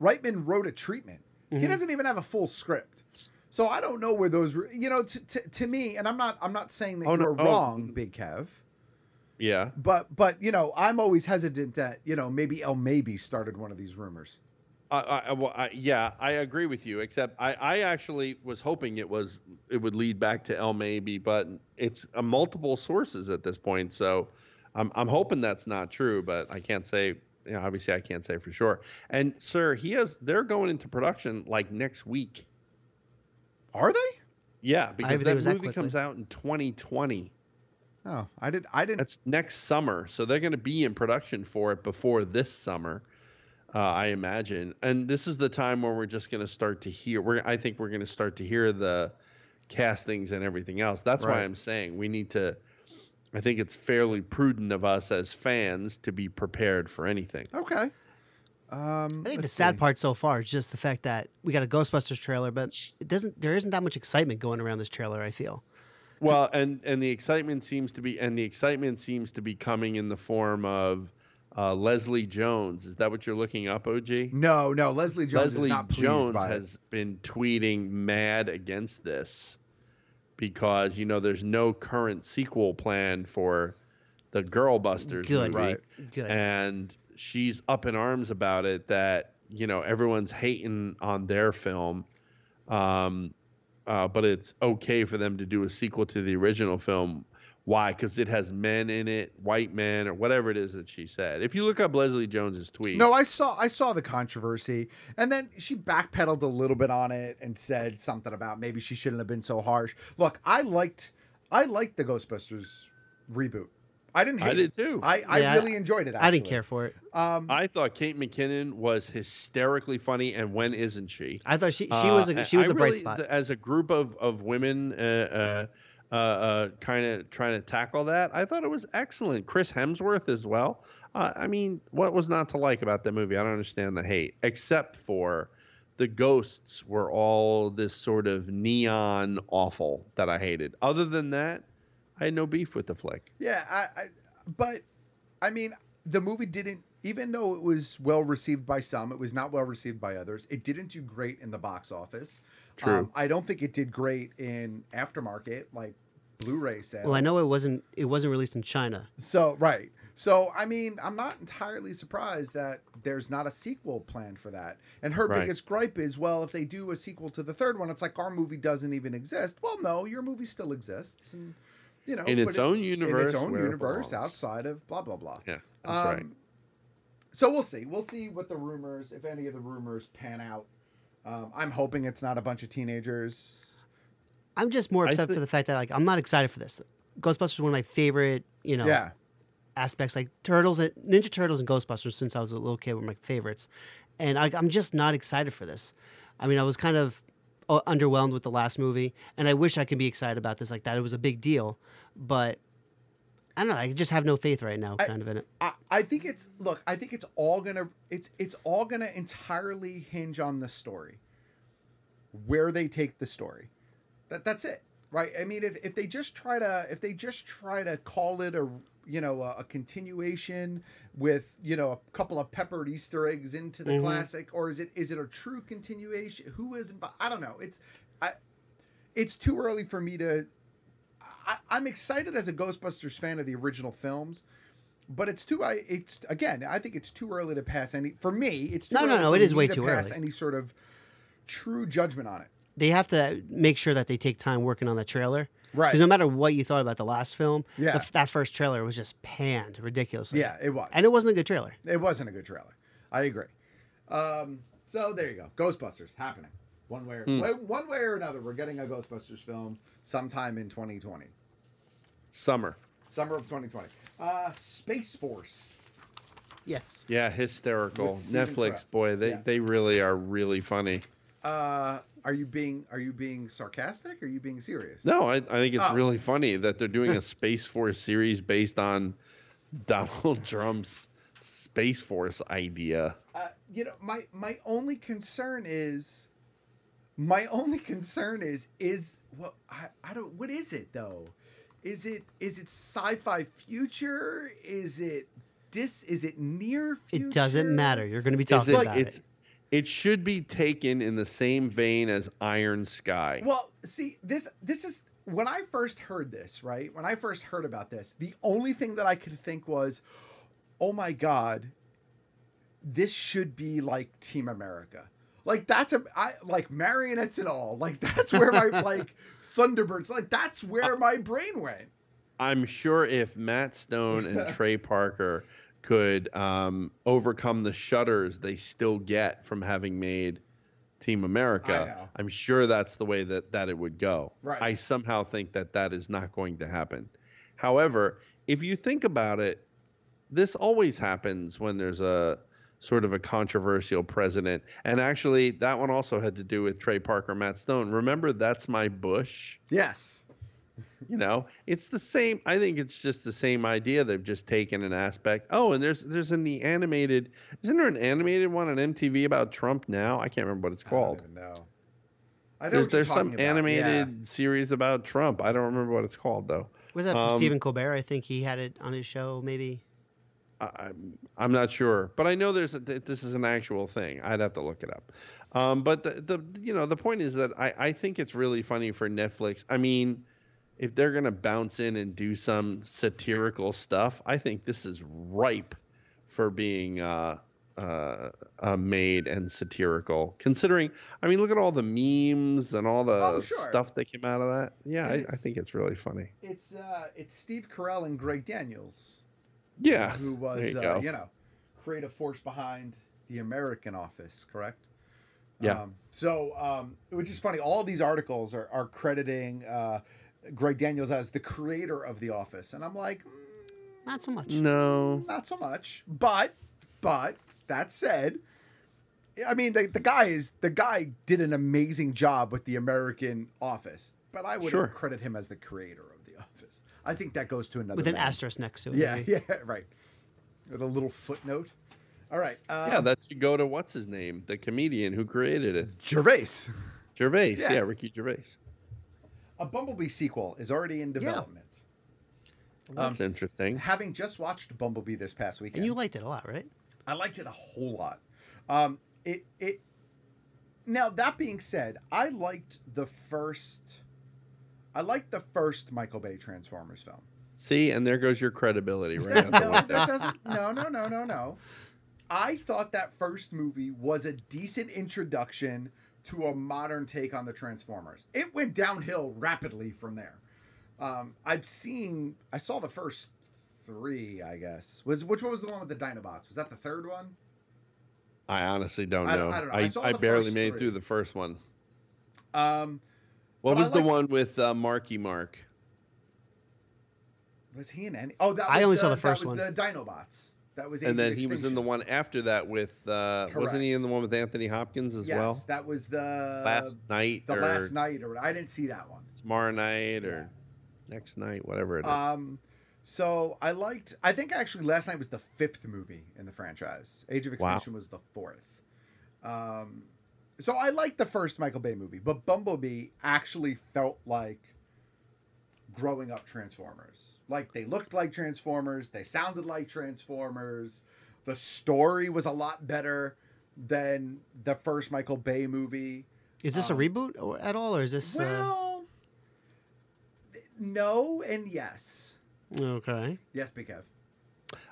E: Reitman wrote a treatment. He
T: Mm-hmm.
R: Mhm.
E: doesn't even have a full script, so I don't know where those re- you know to, to, to me. And I'm not I'm not saying that
T: Oh, no.
E: you're
T: Oh.
E: wrong, Big Kev.
T: yeah.
E: But but you know I'm always hesitant that you know maybe El maybe started one of these rumors.
T: I, I, I- well, I, yeah, I agree with you. Except I, I actually was hoping it was it would lead back to El maybe, but it's uh, multiple sources at this point. So I'm I'm hoping that's not true, but I can't say. You know, obviously, I can't say for sure. And sir, he has they're going into production like next week.
E: Are they?
T: Yeah, because that
E: didn't think it was that
T: movie
E: quickly.
T: comes out in 2020.
E: Oh, I did. I didn't.
T: That's next summer, so they're going to be in production for it before this summer, uh, I imagine. And this is the time where we're just going to start to hear. We're, I think we're going to start to hear the castings and everything else. That's why
E: Right.
T: I'm saying we need to. I think it's fairly prudent of us as fans to be prepared for anything.
E: Okay. Um,
Q: I think the
E: let's
Q: sad
E: see.
Q: part so far is just the fact that we got a Ghostbusters trailer, but it doesn't. There isn't that much excitement going around this trailer. I feel.
T: Well, and and the excitement seems to be and the excitement seems to be coming in the form of uh, Leslie Jones. Is that what you're looking up, OG?
E: No, no. Leslie Jones is not pleased
T: Jones
E: by it.
T: has been tweeting mad against this because you know there's no current sequel plan for the Girl Busters
Q: Good.
T: movie,
Q: Right. Good.
T: and she's up in arms about it that you know everyone's hating on their film, um, uh, but it's okay for them to do a sequel to the original film. Why? Because it has men in it, white men, or whatever it is that she said. If you look up Leslie Jones's tweet,
E: No, I saw I saw the controversy, and then she backpedaled a little bit on it and said something about maybe she shouldn't have been so harsh. Look, I liked I liked the Ghostbusters reboot. I didn't. Hate
T: I did
E: it.
T: too.
E: I, I really enjoyed it. Actually.
Q: for it.
E: Um,
T: I thought Kate McKinnon was hysterically funny, and when isn't she?
Q: I thought she- she was a- she was
T: uh, I
Q: the bright
T: really-
Q: spot.
T: th- As a group of of women, uh, uh, uh, uh, kind of trying to tackle that, I thought it was excellent. Chris Hemsworth as well. Uh, I mean, what was not to like about that movie? I don't understand the hate, except for the ghosts were all this sort of neon awful that I hated. Other than that, I had no beef with the flick.
E: Yeah, I, I but I mean the movie didn't even though it was well received by some, it was not well received by others. It didn't do great in the box office. Um,
Q: True.
E: I don't think it did great in aftermarket like Blu-ray sales.
Q: Well, I know it wasn't. It wasn't released in China.
E: So right. So I mean, I'm not entirely surprised that there's not a sequel planned for that. And her
T: Right.
E: biggest gripe is, well, if they do a sequel to the third one, it's like our movie doesn't even exist. Well, no, your movie still exists, and you know,
T: In its
E: but it-
T: own
E: in
T: universe
E: its own
T: where it
E: universe
T: belongs.
E: outside of blah blah blah.
T: Yeah,
Q: Um,
T: that's right.
E: So we'll see. We'll see what the rumors, if any of the rumors pan out. Um, I'm hoping it's not a bunch of teenagers.
Q: I'm just more
E: I
Q: upset
E: thi-
Q: for the fact that like I'm not excited for this. Ghostbusters is one of my favorite, you know,
E: Yeah.
Q: aspects. Like Turtles, and Ninja Turtles, and Ghostbusters since I was a little kid were my favorites, and I, I'm just not excited for this. I mean, I was kind of uh, underwhelmed with the last movie, and I wish I could be excited about this like that. It was a big deal, but I don't know. I just have no faith right now, kind of in it.
E: I, I think it's look. I think it's all gonna it's it's all gonna entirely hinge on the story, where they take the story. That that's it, right? I mean, if, if they just try to if they just try to call it a you know a, a continuation with you know a couple of peppered Easter eggs into the
U: Mhm.
E: classic, or is it is it a true continuation? Who is inv- I don't know. It's I it's too early for me to. I, I'm excited as a Ghostbusters fan of the original films, but it's too. I it's again. I think it's too early to pass any. For me, it's too
Q: No, no,
E: early
Q: no,
E: for
Q: it is
E: me
Q: way
E: to
Q: too
E: pass
Q: early.
E: Any sort of true judgment on it.
Q: They have to make sure that they take time working on the trailer,
E: Right.
Q: Because no matter what you thought about the last film, the
E: Yeah.
Q: f- that first trailer was just panned ridiculously.
E: Yeah, it was.
Q: and it wasn't a good trailer.
E: It wasn't a good trailer. I agree. Um, so there you go. Ghostbusters happening one way, or,
T: Hmm.
E: one- one way or another. We're getting a Ghostbusters film sometime in 2020,
T: Summer.
E: summer of 2020. Uh, Space Force.
Q: Yes.
T: Yeah, hysterical.
E: With Steven
T: Netflix,
E: Crowder.
T: boy, they,
E: Yeah.
T: they really are really funny.
E: Uh, are you being are you being sarcastic? Or are you being serious?
T: No, I, I think it's
E: Oh. <laughs>
T: really funny that they're doing a Space Force series based on Donald <laughs> Trump's Space Force idea.
E: Uh, you know, my my only concern is, my only concern is is well, I, I don't. What is it though? Is it is it sci-fi future? Is it dis? Is it near future?
Q: It doesn't matter. You're going to be
T: Is
Q: talking
T: it-
Q: about
T: it's-
Q: it.
T: It should be taken in the same vein as Iron Sky.
E: Well, see, this this is when I first heard this, right? When I first heard about this, the only thing that I could think was, "Oh my god, this should be like Team America." Like that's a I like marionettes and all. Like that's where
T: <laughs>
E: my like Thunderbirds, like that's where my brain went.
T: I'm sure if Matt Stone and Trey Parker could um, overcome the shudders they still get from having made Team America, I'm sure that's the way that, that it would go.
E: Right.
T: I somehow think that that is not going to happen. However, if you think about it, this always happens when there's a sort of a controversial president. And actually, that one also had to do with Trey Parker, Matt Stone. Remember, that's my Bush.
E: Yes.
T: You know, it's the same. I think it's just the same idea. They've just taken an aspect. Oh, and there's there's in the animated. Isn't there an animated one on MTV about Trump now? I can't remember what it's called.
E: No. I
T: there's
E: know what you're
T: there's some
E: talking about,
T: animated series about Trump. I don't remember what it's called though.
Q: Was that from
T: Um,
Q: Stephen Colbert? I think he had it on his show, maybe.
T: I, I'm I'm not sure, but I know there's a, th- this is an actual thing. I'd have to look it up. Um, but the, the you know the point is that I I think it's really funny for Netflix. I mean, if they're gonna bounce in and do some satirical stuff, I think this is ripe for being uh, uh, uh, made and satirical. Considering, I mean, look at all the memes and all the
E: Oh, sure.
T: stuff that came out of that. Yeah,
E: And
T: I, I
E: it's-
T: think it's really funny.
E: yeah. It's uh it's Steve Carell and Greg Daniels.
T: Yeah,
E: Who
T: there
E: was
T: you
E: uh,
T: go.
E: you know, creative force behind the American office, correct?
T: Yeah.
E: Um, so, um, which is funny, all these articles are, are crediting uh, Greg Daniels as the creator of The Office. And I'm like, mm,
Q: Not so much.
T: No.
E: not so much. But, but that said, I mean, the, the guy is, the guy did an amazing job with The American Office, but I wouldn't
T: Sure.
E: credit him as the creator of The Office. I think that goes to another.
Q: With an
E: level.
Q: asterisk next to it,
E: Yeah, <laughs>
Q: maybe.
E: yeah, right. With a little footnote. All right. Uh,
T: yeah, that should go to what's his name, the comedian who created it,
E: Gervais.
T: Gervais,
E: Yeah.
T: yeah, Ricky Gervais.
E: A Bumblebee sequel is already in development. Um,
T: That's interesting.
E: Having just watched Bumblebee this past weekend,
Q: And you liked it a lot, right?
E: I liked it a whole lot. Um, it it. Now that being said, I liked the first. I liked the first Michael Bay Transformers film.
T: See, and there goes your credibility
E: <laughs>
T: right out the
E: no,
Q: <laughs>
T: window.
E: that doesn't. No, no, no, no, no. I thought that first movie was a decent introduction to a modern take on the Transformers. It went downhill rapidly from there. Um, I've seen. I saw the first three. I guess was which one was the one with the Dinobots? Was that the third one?
T: I honestly don't
E: I
T: know.
E: don't- I
T: I,
E: don't know. I
T: I,
E: saw the
T: barely
E: first
T: made it
E: three.
T: through the first one.
E: Um,
T: What
E: But I
T: was the
E: like-
T: one with uh, Marky Mark?
E: was he in any? Oh, that was
Q: I only saw the
E: that
Q: first
E: was
Q: one.
E: The Dinobots. That was
T: And
E: Age
T: then
E: of
T: he was in the
E: Extinction.
T: one after that with uh, wasn't he in the one with Anthony Hopkins as
E: yes,
T: well?
E: that was the
T: last night
E: the
T: or
E: last night or I didn't see that one.
T: tomorrow night or next night, whatever it is.
E: Um, so I liked. I think actually last night was the fifth movie in the franchise. Age of
T: Wow.
E: Extinction was the fourth. Um, so I liked the first Michael Bay movie, but Bumblebee actually felt like growing up Transformers. Like they looked like Transformers, they sounded like Transformers. The story was a lot better than the first Michael Bay movie.
Q: Is this
E: Um,
Q: a reboot or, at all, or is this? uh,
E: Well, no and yes.
Q: uh, okay.
E: Yes, Big Kev.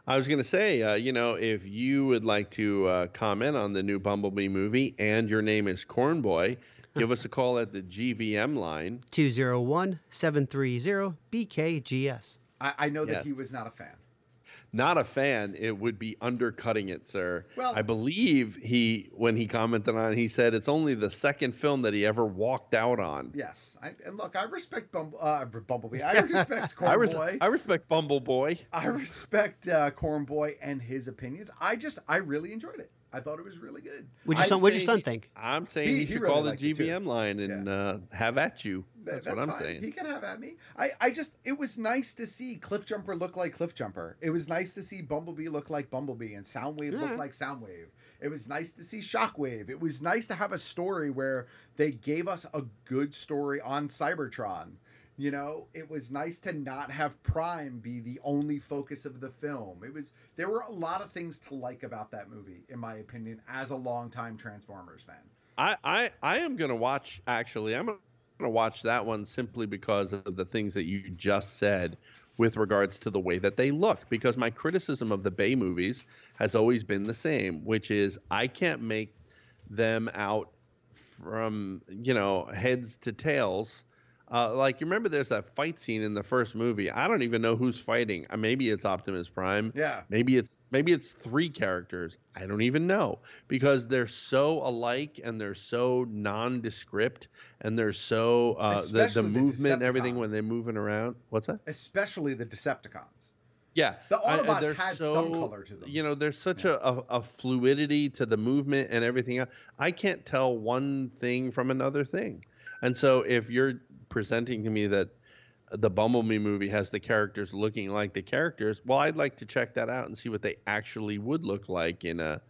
T: I was going to say, uh, you know, if you would like to uh, comment on the new Bumblebee movie and your name is Cornboy, give us a call at the GVM line.
Q: 201 730 BKGS.
E: I, I know that he
T: Yes.
E: was not a fan.
T: Not a fan, it would be undercutting it, sir.
E: Well-
T: I believe he, when he commented on it, he said it's only the second film that he ever walked out on.
E: Yes, I, and look, I respect Bumble, uh,
T: <laughs>
E: Bumblebee. I respect Cornboy.
T: I, res- I respect Bumble Boy.
E: I respect uh, Cornboy and his opinions. I just, I really enjoyed it. I thought it was really good.
Q: What'd your
E: I
Q: son? What'd your son think?
T: I'm saying he,
E: He- he
T: should
E: really
T: call the
E: liked it, too.
T: GVM line and uh, have at you.
E: That-
T: That's, what I'm
E: fine.
T: saying.
E: He can have at me. I, I just it was nice to see Cliff Jumper look like Cliff Jumper. It was nice to see Bumblebee look like Bumblebee and Soundwave
Q: Yeah.
E: look like Soundwave. It was nice to see Shockwave. It was nice to have a story where they gave us a good story on Cybertron. You know, it was nice to not have Prime be the only focus of the film. It was there were a lot of things to like about that movie, in my opinion, as a longtime Transformers fan.
T: I, I, I am going to watch, actually, I'm going to watch that one simply because of the things that you just said with regards to the way that they look. Because my criticism of the Bay movies has always been the same, which is I can't make them out from, you know, heads to tails. Uh, like, you remember there's that fight scene in the first movie. I don't even know who's fighting. Uh, maybe it's Optimus Prime.
E: Yeah.
T: Maybe it's maybe it's three characters. I don't even know because they're so alike and they're so nondescript and they're so uh, the, the
E: Especially the
T: movement and everything
E: Decepticons.
T: when they're moving around. What's that?
E: Especially the Decepticons.
T: Yeah,
E: The
T: I- and
E: Autobots
T: they're
E: had some color to them.
T: You know, there's such a, a, a fluidity to the movement and everything. else. I can't tell one thing from another thing. And so, if you're presenting to me that the Bumblebee movie has the characters looking like the characters, well, I'd like to check that out and see what they actually would look like in a,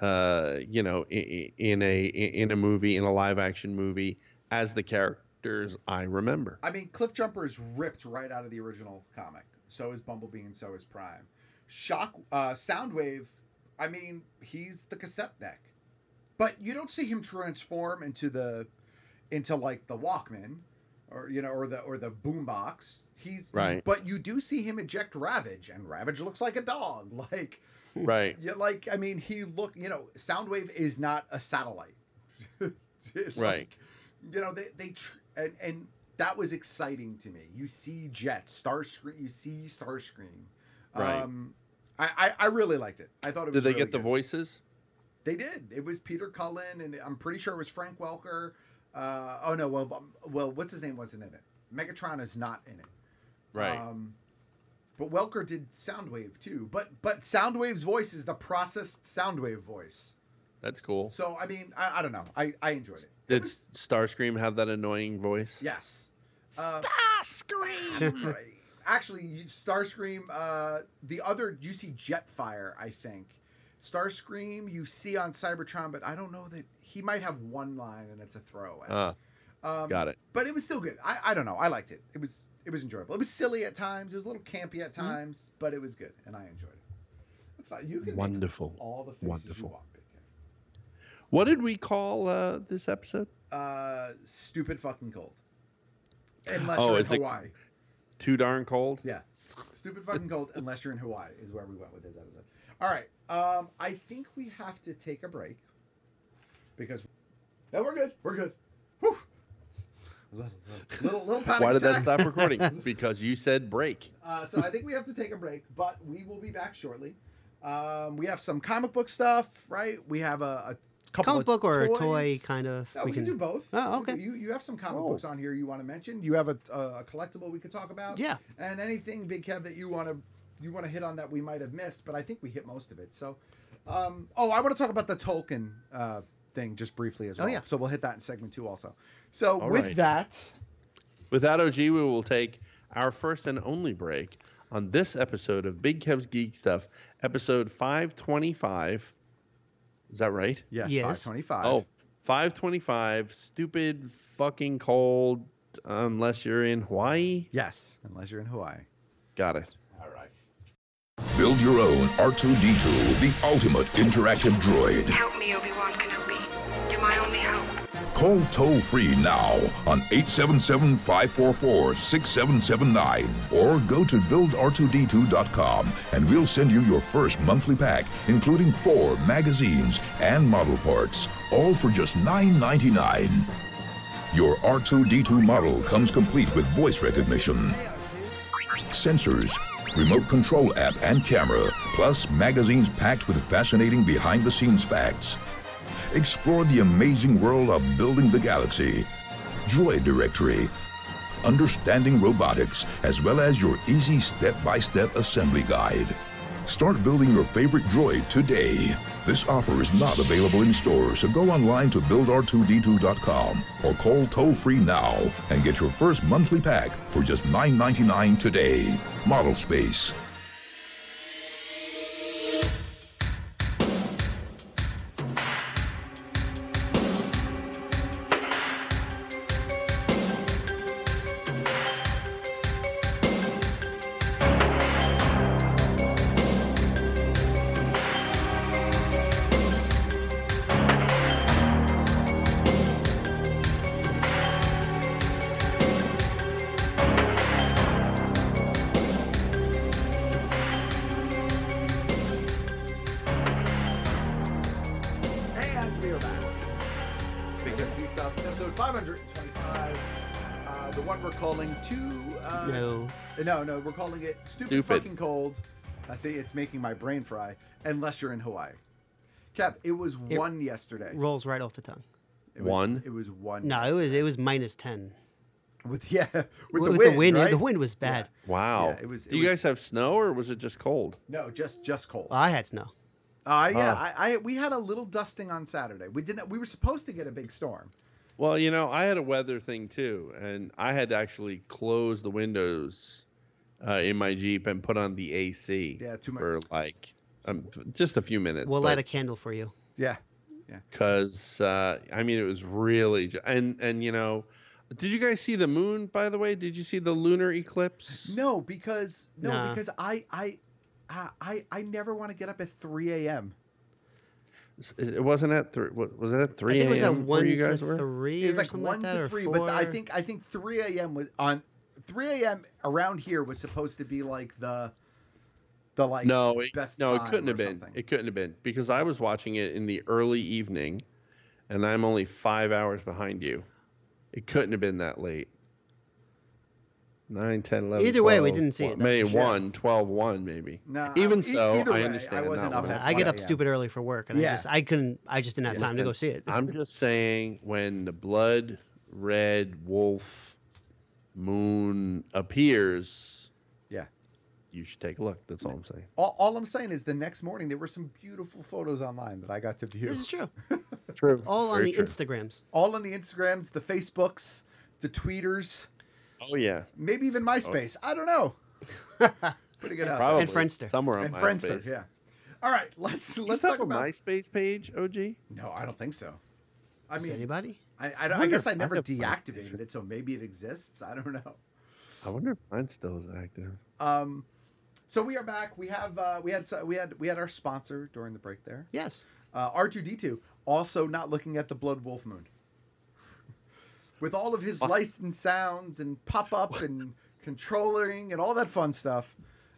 T: uh, you know, in, in a in a movie in a live action movie as the characters I remember.
E: I mean, Cliff Jumper is ripped right out of the original comic. So is Bumblebee, and so is Prime. Shock, uh, Soundwave. I mean, he's the cassette neck, but you don't see him transform into the, into like the Walkman, or you know, or the or the boombox. He's
T: Right.
E: but you do see him eject Ravage, and Ravage looks like a dog. <laughs> Like
T: Right.
E: yeah, like I mean, he look. You know, Soundwave is not a satellite. <laughs> It's like,
T: Right.
E: you know, they they tr- and and that was exciting to me. You see jets, Starscream. You see Starscream.
T: Right.
E: Um, I, I I really liked it. I thought it
T: Did
E: was.
T: they
E: really
T: get the
E: good.
T: voices?
E: They did. It was Peter Cullen, and I'm pretty sure it was Frank Welker. Uh, oh no, well, um, well, what's his name wasn't in it. Megatron is not in it.
T: Right.
E: Um, but Welker did Soundwave too. But but Soundwave's voice is the processed Soundwave voice.
T: That's cool.
E: So I mean, I, I don't know. I I enjoyed it.
T: Did Starscream have that annoying voice?
E: Yes. Uh, Starscream. <laughs> Actually, you- Starscream. Uh, the other you see Jetfire, I think. Starscream you see on Cybertron, but I don't know that he might have one line and it's a throwaway.
T: Uh,
E: Um,
T: got it.
E: But it was still good. I, I don't know. I liked it. It was it was enjoyable. It was silly at times. It was a little campy
T: Hmm.
E: at times, but it was good, and I enjoyed it. That's fine. You can make
T: Wonderful.
E: all the faces
T: Wonderful.
E: you want. Big Cat.
T: What did we call uh, this episode?
E: Uh, stupid fucking cold. Unless
T: Oh,
E: you're in
T: is it-
E: Hawaii.
T: Too darn cold.
E: Yeah. Stupid fucking
T: <laughs>
E: cold. Unless you're in Hawaii is where we went with this episode. All right. Um, I think we have to take a break because no, we're good. We're good. Whew. Little little, little panic
T: Why did that
E: attack.
T: stop recording?
E: <laughs>
T: because you said break.
E: Uh, so I think we have to take a break, but we will be back shortly. Um, we have some comic book stuff, right? We have a, a couple
Q: Comic
E: of
Q: book or a
E: toys.
Q: toy kind of.
E: No, we, can, do both.
Q: Oh,
E: We
Q: okay.
E: can- You you have some comic
Q: Oh.
E: books on here you want to mention. You have a, a, a collectible we could talk about.
Q: Yeah.
E: And anything Big Kev that you want to you want to hit on that we might have missed, but I think we hit most of it. So, um, oh, I want to talk about the Tolkien uh, thing just briefly as
Q: Oh,
E: well.
Q: yeah.
E: So we'll hit that in segment two also. So
T: All
E: with
T: right.
E: that,
T: Without OG, we will take our first and only break on this episode of Big Kev's Geek Stuff, episode 525. Is that right?
E: Yes, Yes. 525.
T: Oh, 525. Stupid fucking cold unless you're in Hawaii.
E: Yes, unless you're in Hawaii.
T: Got it.
E: all right.
R: Build your own R2D2, the ultimate interactive droid.
U: Help me, Obi-Wan Kenobi. You're my only hope.
R: Call toll free now on 877 544 6779 or go to buildr2d2.com and we'll send you your first monthly pack, including four magazines and model parts, all for just $9.99. Your R2D2 model comes complete with voice recognition, sensors, remote control app and camera, plus magazines packed with fascinating behind the scenes facts. Explore the amazing world of building the galaxy, Droid Directory, understanding robotics, as well as your easy step by step assembly guide. Start building your favorite droid today. This offer is not available in stores, so go online to buildr2d2.com or call toll free now and get your first monthly pack for just $9.99 today. Model Space.
E: And we are back. Big Guts Geek Stuff, episode 525. Uh, the one we're calling two. Uh,
Q: <laughs> No.
E: No, no, we're calling it Stupid,
T: Stupid.
E: Fucking Cold. I see it's making my brain fry, unless you're in Hawaii. Kev, it was
Q: It
E: one yesterday.
Q: Rolls right off the tongue.
T: One.
E: It was one.
Q: No, it was it was minus ten.
E: With <laughs> yeah, with, the
Q: with the
E: wind,
Q: wind,
E: right?
Q: the wind was bad.
T: Wow.
E: Yeah, it was-
T: Do
E: it
T: you
E: was-
T: guys have snow or was it just cold?
E: No, just just cold.
Q: Well, I had snow.
E: Uh, yeah,
T: Ah.
E: I, I we had a little dusting on Saturday. We didn't. We were supposed to get a big storm.
T: Well, you know, I had a weather thing too, and I had to actually close the windows uh, in my Jeep and put on the AC.
E: Yeah, too much.
T: For like um, just a few minutes.
Q: We'll light a candle for you.
E: Yeah.
T: Because uh, I mean, it was really ju- and and you know, did you guys see the moon? By the way, did you see the lunar eclipse?
E: No, because no,
T: Nah.
E: because I I I I, I never want to get up at three a.m.
T: It it wasn't at three. Was it at three?
Q: think it was at
T: a.m. where
Q: one
T: you
Q: to
T: guys were?
Q: three
E: It was
Q: or
E: like
Q: something
E: one
Q: like that,
E: to
Q: or
E: three, but I
Q: four.
E: think I think three a.m. was on three a.m. around here was supposed to be like the the like
T: no, it,
E: best
T: no, it
E: time
T: couldn't
E: or
T: have been.
E: something.
T: It couldn't have been because I was watching it in the early evening, and I'm only five hours behind you. It couldn't have been that late. 9, 10, 11,
Q: Either way, we
T: 12,
Q: didn't see it,
T: one-
Q: that's
T: Maybe
Q: for sure.
T: 1, 12, 1, maybe.
E: No, I-
T: Even
E: e-
T: so,
E: either way,
T: I
E: I
T: understand
E: wasn't
T: that
E: up
T: one.
E: at
Q: I get up stupid early for work, and
E: Yeah.
Q: I just I couldn't I just didn't have time to go
T: Listen,
Q: see it.
E: <laughs>
T: I'm just saying when the blood red wolf moon appears,
E: Yeah.
T: you should take a look. That's all I'm saying.
E: All, all I'm saying is the next morning there were some beautiful photos online that I got to view.
Q: This is
E: <laughs>
Q: true.
T: True.
Q: All on
T: Very
Q: the
T: true.
Q: Instagrams.
E: All on the Instagrams, the Facebooks, the tweeters,
T: Oh yeah.
E: maybe even MySpace.
T: Oh.
E: I don't
Q: <laughs>
E: know. Putting it out.
T: Probably
Q: And Friendster.
T: Somewhere on
E: and Friendster,
T: MySpace.
E: yeah. All right, let's
T: Let's
E: let's
T: have
E: talk
T: a
E: about.
T: MySpace page, OG.
E: No, I don't think so. I
Q: Does
E: mean,
Q: anybody?
E: I, I, don't- I
T: wonder
E: guess
T: if
E: I never
T: I have MySpace.
E: deactivated it, so maybe it exists. I don't know.
T: I wonder if mine still is active.
E: Um, so we are back. We have uh, we had so- we had we had our sponsor during the break there.
Q: Yes.
E: Uh, R2D2 also not looking at the Blood Wolf Moon. <laughs> With all of his licensed sounds and pop up and controlling and all that fun stuff,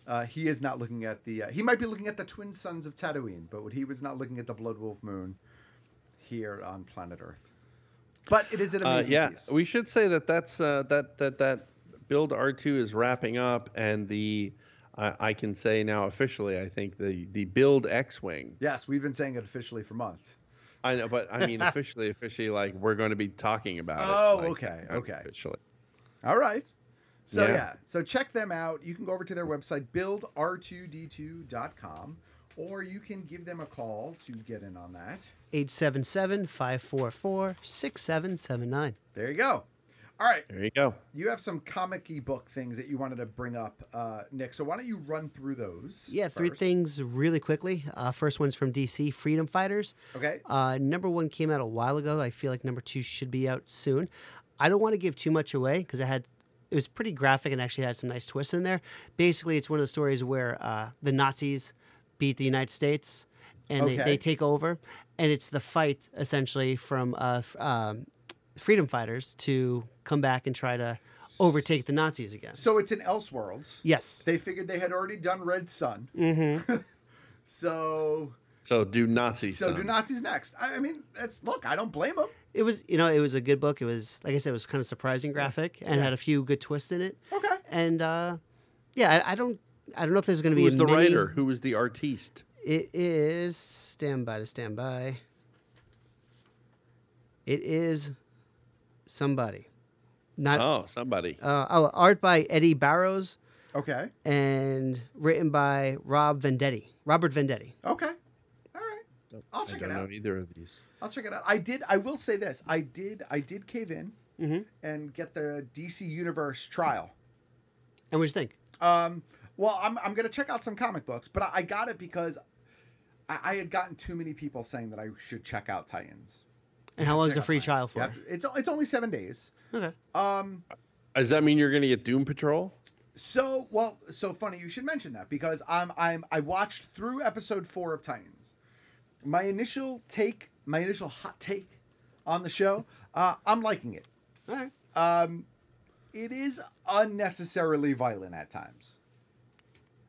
E: uh, he is not looking at the. Uh, he might be looking at the Twin Sons of Tatooine, but what he was not looking at the Blood Wolf Moon here on planet Earth. But it is an
T: Uh,
E: amazing
T: yeah,
E: piece.
T: we should say that that's uh, that that that build R two is wrapping up, and the I I can say now officially, I think the the build X wing.
E: Yes, we've been saying it officially for months.
T: I know, but I
E: <laughs>
T: mean officially, officially, like we're going to be talking about it.
E: Oh,
T: like,
E: okay, okay.
T: Officially,
E: All right. So yeah.
T: Yeah.
E: so check them out. You can go over to their website buildr2d2.com or you can give them a call to get in on that.
Q: 877-544-6779.
E: There you go. All right,
T: there you go.
E: you have some comic book things that you wanted to bring up, uh, Nick. So why don't you run through those?
Q: Yeah, three
E: first?
Q: things really quickly. Uh, first one's from DC, Freedom Fighters.
E: Okay.
Q: Uh, number one came out a while ago. I feel like number two should be out soon. I don't want to give too much away because I had it was pretty graphic and actually had some nice twists in there. Basically, it's one of the stories where uh, the Nazis beat the United States and they,
E: Okay.
Q: they take over, and it's the fight essentially from uh, f- um, freedom fighters to come back and try to overtake the Nazis again.
E: So it's in Elseworlds.
Q: Yes.
E: They figured they had already done Red Sun.
Q: Mm-hmm.
E: <laughs> So
T: So do Nazi.
E: so do
T: son.
E: Nazis next. I, I mean, that's look, I don't blame them.
Q: it was you know it was a good book it was like i said it was kind of surprising graphic and had a few good twists in it
E: okay
Q: and uh yeah i, I don't i don't know if there's going to
T: Who was
Q: be a
T: the
Q: mini-
T: writer? Who was the artiste?
Q: it is stand by to stand by it is somebody uh, not
T: oh, somebody.
Q: uh, oh art by eddie barrows
E: Okay.
Q: and written by Rob Vendetti, Robert Vendetti.
E: Okay. All right. I'll check
T: I don't
E: it out.
T: know either of these.
E: I'll check it out. I did. I will say this. I did. I did cave in
Q: Mhm.
E: and get the DC Universe trial.
Q: And what do you think?
E: Um, well, I'm, I'm going to check out some comic books, but I, I got it because I, I had gotten too many people saying that I should check out Titans.
Q: And how long is
E: Check
Q: the
E: out
Q: free trial
E: You
Q: for?
E: have to- It's it's only seven days.
Q: Okay.
E: Um,
T: Does that mean you're going to get Doom Patrol?
E: So well, so funny you should mention that because I'm I'm I watched through episode four of Titans. My initial take, my initial hot take on the show, uh, I'm liking it.
Q: All right.
E: Um, it is unnecessarily violent at times,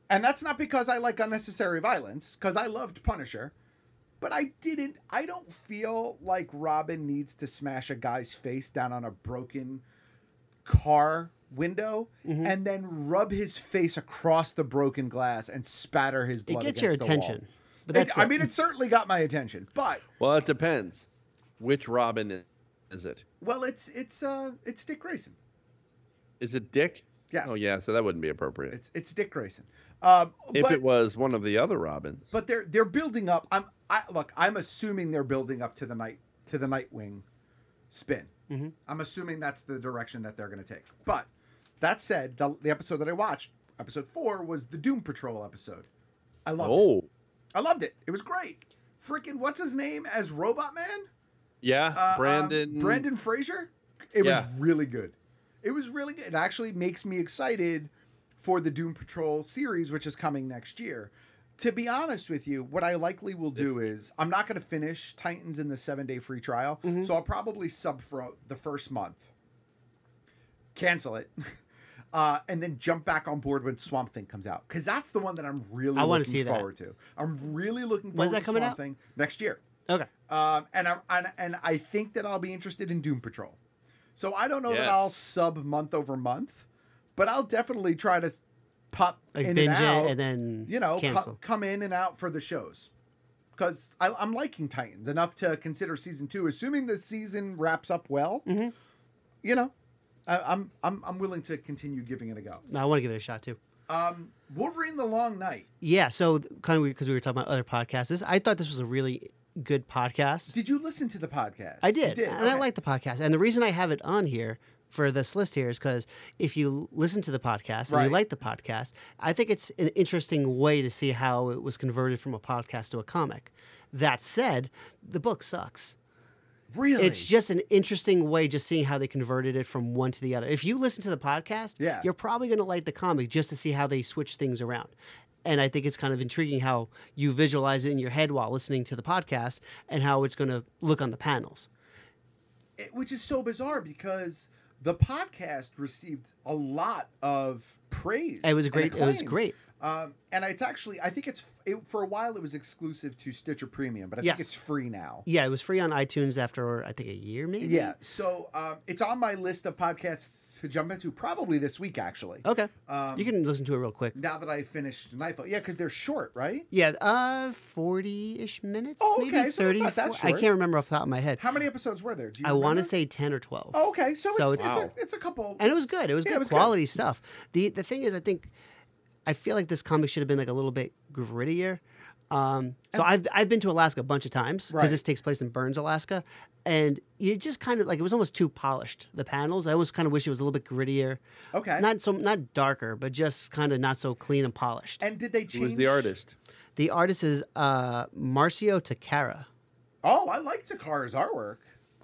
E: and that's not because I like unnecessary violence, because I loved Punisher, but I didn't. I don't feel like Robin needs to smash a guy's face down on a broken car window
Q: Mm-hmm.
E: and then rub his face across the broken glass and spatter his blood.
Q: gets your
E: against the wall.
Q: attention, but
E: It-
Q: that's
E: I
Q: it.
E: mean, it certainly got my attention. But
T: Well, it depends. Which Robin i- is it?
E: well, it's it's uh it's Dick Grayson.
T: Is it Dick?
E: Yes.
T: Oh yeah, so that wouldn't be appropriate.
E: It's it's Dick Grayson. Um,
T: if
E: but,
T: it was one of the other Robins.
E: but they're they're building up. I'm I look. I'm assuming they're building up to the night to the Nightwing spin.
Q: Mhm.
E: I'm assuming that's the direction that they're going to take. But that said, the, the episode that I watched, episode four, was the Doom Patrol episode. I loved it.
T: Oh,
E: I loved it. It was great. Freaking what's his name as Robot Man?
T: yeah,
E: Uh, um,
T: Brandon.
E: Brandon Fraser. It
T: Yeah.
E: was really good. It was really good. It actually makes me excited for the Doom Patrol series, which is coming next year. To be honest with you, what I likely will do is I'm not going to finish Titans in the seven day free trial,
Q: Mm-hmm.
E: so I'll probably sub for the first month, cancel it, <laughs> uh, and then jump back on board when Swamp Thing comes out because that's the one that I'm really
Q: I wanna
E: looking
Q: see that.
E: forward to. I'm really looking forward
Q: When's
E: to
Q: that coming
E: Swamp
Q: out?
E: Thing next year.
Q: Okay.
E: Um, and I'm and, and I think that I'll be interested in Doom Patrol. So I don't know that
T: Yes.
E: I'll sub month over month, but I'll definitely try to pop
Q: Like
E: in
Q: binge
E: and
Q: it
E: out,
Q: and then
E: you know co-
Q: cancel.
E: come in and out for the shows because I'm liking Titans enough to consider season two, assuming the season wraps up well.
Q: Mm-hmm.
E: You know, I, I'm I'm I'm willing to continue giving it a go.
Q: No, I want to give it a shot too.
E: Um, Wolverine: The Long Night.
Q: Yeah. So kind of weird because we were talking about other podcasts. This, I thought this was a really good podcast.
E: Did you listen to the podcast?
Q: I
E: You
Q: did,
E: did.
Q: and I
E: okay.
Q: like the podcast. And the reason I have it on here for this list here is because if you listen to the podcast and
E: Right.
Q: you like the podcast, I think it's an interesting way to see how it was converted from a podcast to a comic. That said, the book sucks.
E: Really?
Q: It's just an interesting way just seeing how they converted it from one to the other. If you listen to the podcast,
E: Yeah.
Q: you're probably going to like the comic just to see how they switch things around. And I think it's kind of intriguing how you visualize it in your head while listening to the podcast and how it's going to look on the panels.
E: it- which is so bizarre because the podcast received a lot of praise.
Q: It was
E: and
Q: great- it was
E: acclaim.
Q: great.
E: Um, and it's actually, I think it's it, for a while it was exclusive to Stitcher Premium, but I
Q: Yes.
E: think it's free now.
Q: Yeah, it was free on iTunes after I think a year, maybe.
E: Yeah, so um, it's on my list of podcasts to jump into probably this week actually.
Q: Okay.
E: Um,
Q: you can listen to it real quick.
E: now that I finished Nightfall, yeah, because they're short, right?
Q: Yeah, uh, forty-ish minutes.
E: Oh,
Q: maybe
E: okay, so that's
Q: 30,
E: not that
Q: I can't
E: short.
Q: remember off the top of my head.
E: How many episodes were there? Do you
Q: I want
E: remember?
Q: to say ten or twelve.
E: Oh, okay, so,
Q: So
E: it's,
Q: it's-
E: it's, a, it's a couple,
Q: and it was good. It was
E: yeah,
Q: good quality stuff. the The thing is, I think I feel like this comic should have been like a little bit grittier. Um, so I've I've been to Alaska a bunch of times because
E: Right.
Q: this takes place in Burns, Alaska, and you just kind of like it was almost too polished. The panels, I always kind of wish it was a little bit grittier.
E: Okay.
Q: not so not darker, but just kind of not so clean and polished.
E: And did they change
T: Who was the artist?
Q: The artist is uh, Marcio Takara.
E: Oh, I like Takara's artwork.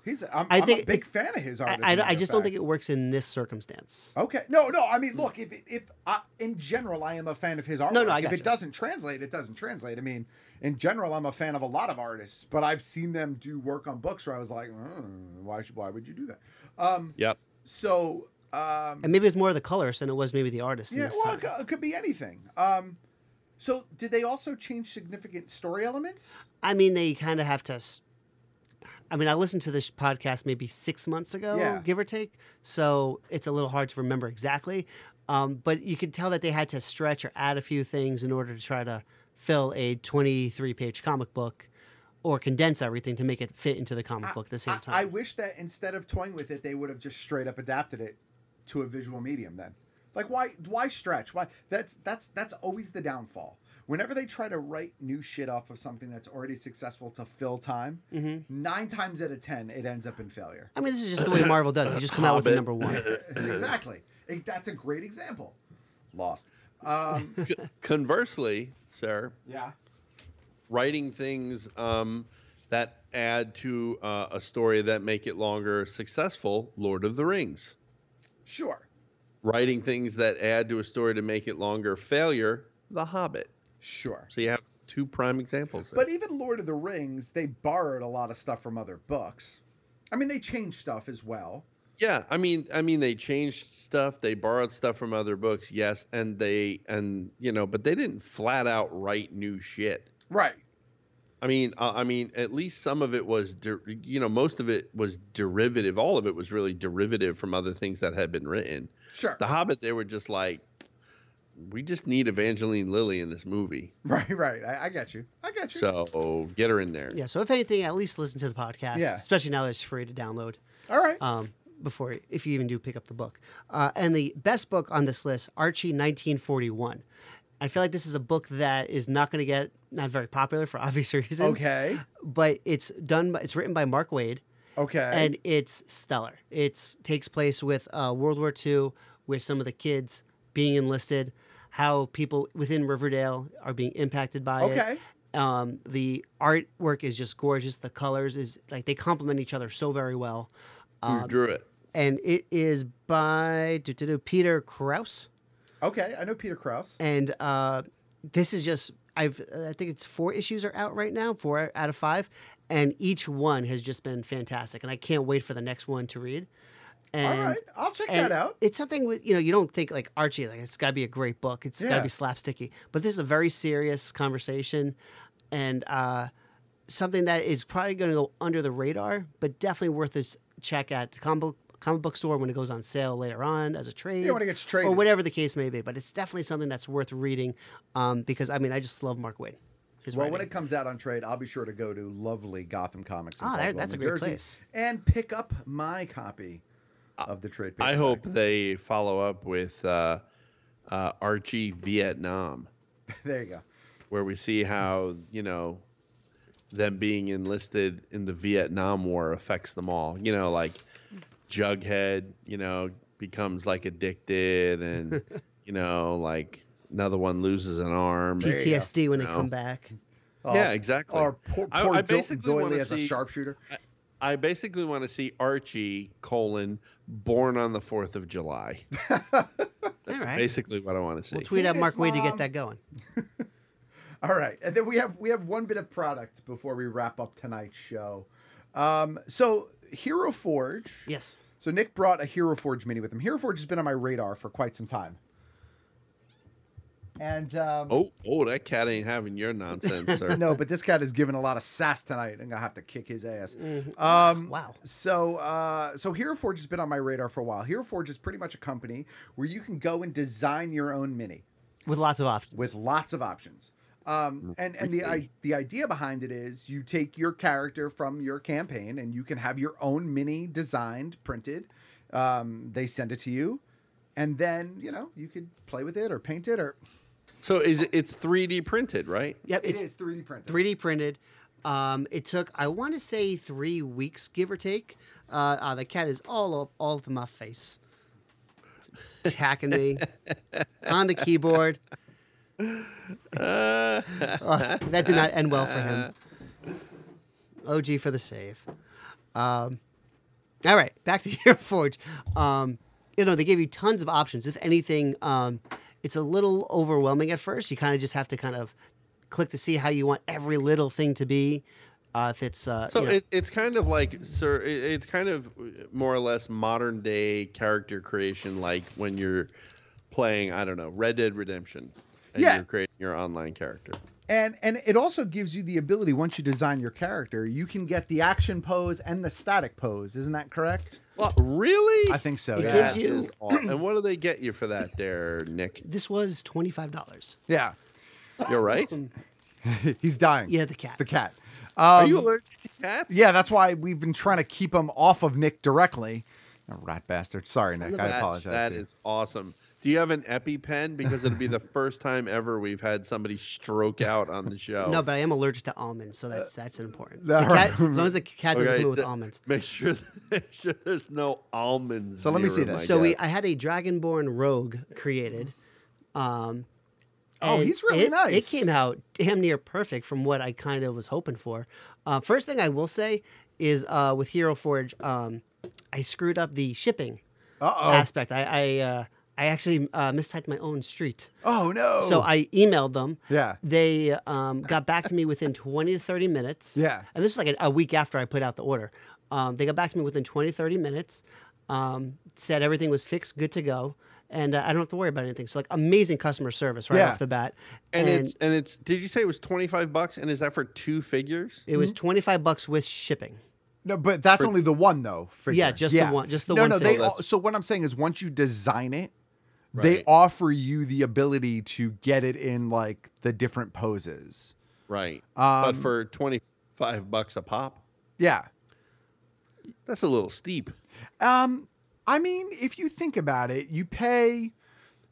E: He's I'm,
Q: I
E: I'm
Q: think
E: a big
Q: it's-
E: fan of his art.
Q: I,
E: as a
Q: I- I
E: matter of
Q: just don't
E: fact.
Q: think it works in this circumstance.
E: Okay. No, no. I mean, look, if it- if I, in general I am a fan of his artwork.
Q: No, no, I
E: if
Q: gotcha.
E: it doesn't translate, it doesn't translate. I mean, in general, I'm a fan of a lot of artists, but I've seen them do work on books where I was like, "Mm, why should, why would you do that? Um,
T: Yep.
E: so um,
Q: And maybe it's more the colorist than it was maybe the artist. in
E: yeah,
Q: this
E: well,
Q: time.
E: it cou- it could be anything. Um, so did they also change significant story elements?
Q: I mean, they kind of have to. s- I mean, I listened to this podcast maybe six months ago,
E: Yeah.
Q: give or take. So it's a little hard to remember exactly. Um, but you could tell that they had to stretch or add a few things in order to try to fill a 23 page comic book or condense everything to make it fit into the comic book at the same
E: I,
Q: time.
E: I wish that instead of toying with it, they would have just straight up adapted it to a visual medium. Then, Like why why stretch? Why that's that's that's always the downfall. Whenever they try to write new shit off of something that's already successful to fill time,
Q: Mm-hmm.
E: nine times out of ten it ends up in <laughs> failure.
Q: I mean, this is just the way Marvel does. it. They just come out with the
E: Hobbit.
Q: number one.
E: exactly. Eh, That's a great example. Lost. Um,
T: <laughs> Conversely, sir,
E: <laughs> yeah.
T: writing things um, that add to uh, a story that make it longer successful, Lord of the Rings.
E: Sure.
T: Writing things that add to a story to make it longer, failure, The Hobbit.
E: Sure.
T: So you have two prime examples. there.
E: But even Lord of the Rings, they borrowed a lot of stuff from other books. I mean, they changed stuff as well.
T: Yeah, I mean, I mean, they changed stuff. They borrowed stuff from other books, yes, and they and you know, but they didn't flat out write new shit.
E: Right.
T: I mean, uh, I mean, at least some of it was, der- you know, most of it was derivative. All of it was really derivative from other things that had been written.
E: Sure. <laughs>
T: The Hobbit, they were just like, we just need Evangeline Lilly in this movie,
E: Right, right. I, I got you. I got you.
T: so get her in there.
Q: Yeah. So if anything, at least listen to the podcast.
T: Yeah.
Q: Especially now that it's free to download.
E: All right.
Q: Um, before if you even do pick up the book, uh, and the best book on this list, Archie, 1941. I feel like this is a book that is not going to get not very popular for <laughs> obvious reasons.
E: Okay.
Q: But it's done. By, it's written by Mark Wade.
E: Okay.
Q: And it's stellar. It takes place with uh, World War II, with some of the kids being enlisted, how people within Riverdale are being impacted by it.
E: Okay.
Q: Um, the artwork is just gorgeous. The colors is like they complement each other so very well.
T: Who
Q: Um,
T: drew it?
Q: And it is by do, do, do, Peter Krause.
E: Okay, I know Peter Krause.
Q: And uh, this is just I've I think it's four issues are out right now, four out of five, and each one has just been fantastic, and I can't wait for the next one to read. And,
E: right, I'll check
Q: and
E: that out.
Q: It's something with you know you don't think like Archie like it's got to be a great book, it's got
E: Yeah.
Q: to be slapsticky, but this is a very serious conversation, and uh, something that is probably going to go under the radar, but definitely worth this check at the comic comic book store when it goes on sale later on as a trade
E: Yeah, when it gets traded.
Q: or whatever the case may be. But it's definitely something that's worth reading um, because I mean I just love Mark Wade. His
E: well,
Q: writing.
E: when it comes out on trade, I'll be sure to go to lovely Gotham Comics. in
Q: Ah, that-
E: Caldwell,
Q: that's a
E: New
Q: great
E: Jersey,
Q: place.
E: And pick up my copy of the trade.
T: Uh, I
E: paperback.
T: hope they follow up with uh, uh, Archie Vietnam,
E: <laughs> there you go.
T: where we see how you know them being enlisted in the Vietnam War affects them all. You know, like Jughead, you know, becomes like addicted,
E: <laughs>
T: and you know, like another one loses an arm. There you go,
Q: PTSD when
T: you
Q: they
T: know.
Q: come back.
T: yeah, exactly.
E: Or Uh, poor,
T: I-
E: poor
T: I
E: Dil-
T: basically
E: Doily
T: wanna
E: as a
T: see-
E: sharpshooter.
T: I basically want to see Archie colon born on the Fourth of
E: <laughs>
T: July. That's
Q: right.
T: basically what I want to see.
Q: We'll tweet at
E: Penis
Q: Mark Wade to get
E: Mom.
Q: that going.
E: All right, and then we have we have one bit of product before we wrap up tonight's show. Um, so Hero Forge.
Q: Yes.
E: So Nick brought a Hero Forge mini with him. Hero Forge has been on my radar for quite some time. And um,
T: Oh, oh, that cat ain't having your nonsense, sir.
E: <laughs> no, but this cat is giving a lot of sass tonight. I'm gonna have to kick his ass. Um,
Q: wow.
E: So, uh, so Hero Forge has been on my radar for a while. Hero Forge is pretty much a company where you can go and design your own mini
Q: With lots of options.
E: with lots of options.
Q: Mm,
E: Um, and and the I, the idea behind it is you take your character from your campaign and you can have your own mini designed, printed. Um, they send it to you, and then you know you could play with it or paint it or
T: So is it, it's 3D printed, right?
Q: Yep,
E: it
Q: it's
E: is 3D printed.
Q: 3D printed. Um, it took, I want to say, three weeks, give or take. Uh, uh, the cat is all up, all up in my face, it's
E: <laughs>
Q: attacking me on the keyboard. Uh, that did not end well for him. OG for the save. Um, all right, back to <laughs> your forge. Um, you know, they give you tons of options. If anything, um, it's a little overwhelming at first. You kind of just have to kind of click to see how you want every little thing to be. Uh, if it's uh,
T: So
Q: you know-
T: it, it's kind of like, sir, it, it's kind of more or less modern day character creation, like when you're playing, I don't know, Red Dead Redemption, and
E: Yeah.
T: you're creating your online character.
E: And and it also gives you the ability once you design your character, you can get the action pose and the static pose. Isn't that correct?
T: Well, really?
E: I think so.
Q: It
E: yeah.
Q: gives you-
T: Is aw-
E: <clears throat>
T: and what do they get you for that, there, Nick?
Q: this was twenty five dollars.
E: Yeah.
T: You're right.
E: Um, He's dying.
Q: Yeah, the cat.
E: The cat.
T: Are
E: Um,
T: you allergic to cats?
E: yeah, that's why we've been trying to keep him off of Nick directly. Oh, rat bastard. Sorry, Nick. I
T: That-
E: apologize.
T: That
E: dude.
T: is awesome. Do you have an EpiPen? Because it'll
E: <laughs>
T: be the first time ever we've had somebody stroke out on the show.
Q: No, but I am allergic to almonds, so that's that's important.
T: <laughs>
Q: The cat, as long as the cat
T: Uh,
Q: doesn't
T: Okay,
Q: come in with
T: th-
Q: almonds.
T: Make sure, <laughs> make sure there's no almonds. near 'em, I
Q: So we,
T: guess.
Q: I had a Dragonborn rogue created. Um,
E: Oh,
Q: and
E: he's really
Q: it-
E: nice.
Q: It came out damn near perfect from what I kind of was hoping for. Uh, first thing I will say is uh, with Hero Forge, um, I screwed up the shipping
E: Uh-oh.
Q: aspect. I I, uh, I actually uh, mistyped my own street.
E: Oh no!
Q: So I emailed them.
E: Yeah.
Q: They um, got back to me within 20 to 30 minutes.
E: Yeah.
Q: And this is like a, a week after I put out the order. Um, they got back to me within 20, 30 minutes, um, said everything was fixed, good to go. And uh, I don't have to worry about anything. So, like, amazing customer service right
T: Yeah.
Q: off the bat.
T: and, it's and it's. Did you say it was twenty five bucks? And is that for two figures?
Q: it was 25 bucks with shipping.
E: No, but that's
Q: For-
E: only the one though. Figure.
Q: Yeah, just the one- just the
E: no,
Q: one
E: No, they.
Q: figure.
E: All, so what I'm saying is, once you design it,
T: Oh, Right.
E: they offer you the ability to get it in like the different poses.
T: Right. but
E: Um,
T: for twenty five bucks a pop,
E: Yeah.
T: that's a little steep.
E: Um, I mean, if you think about it, you pay,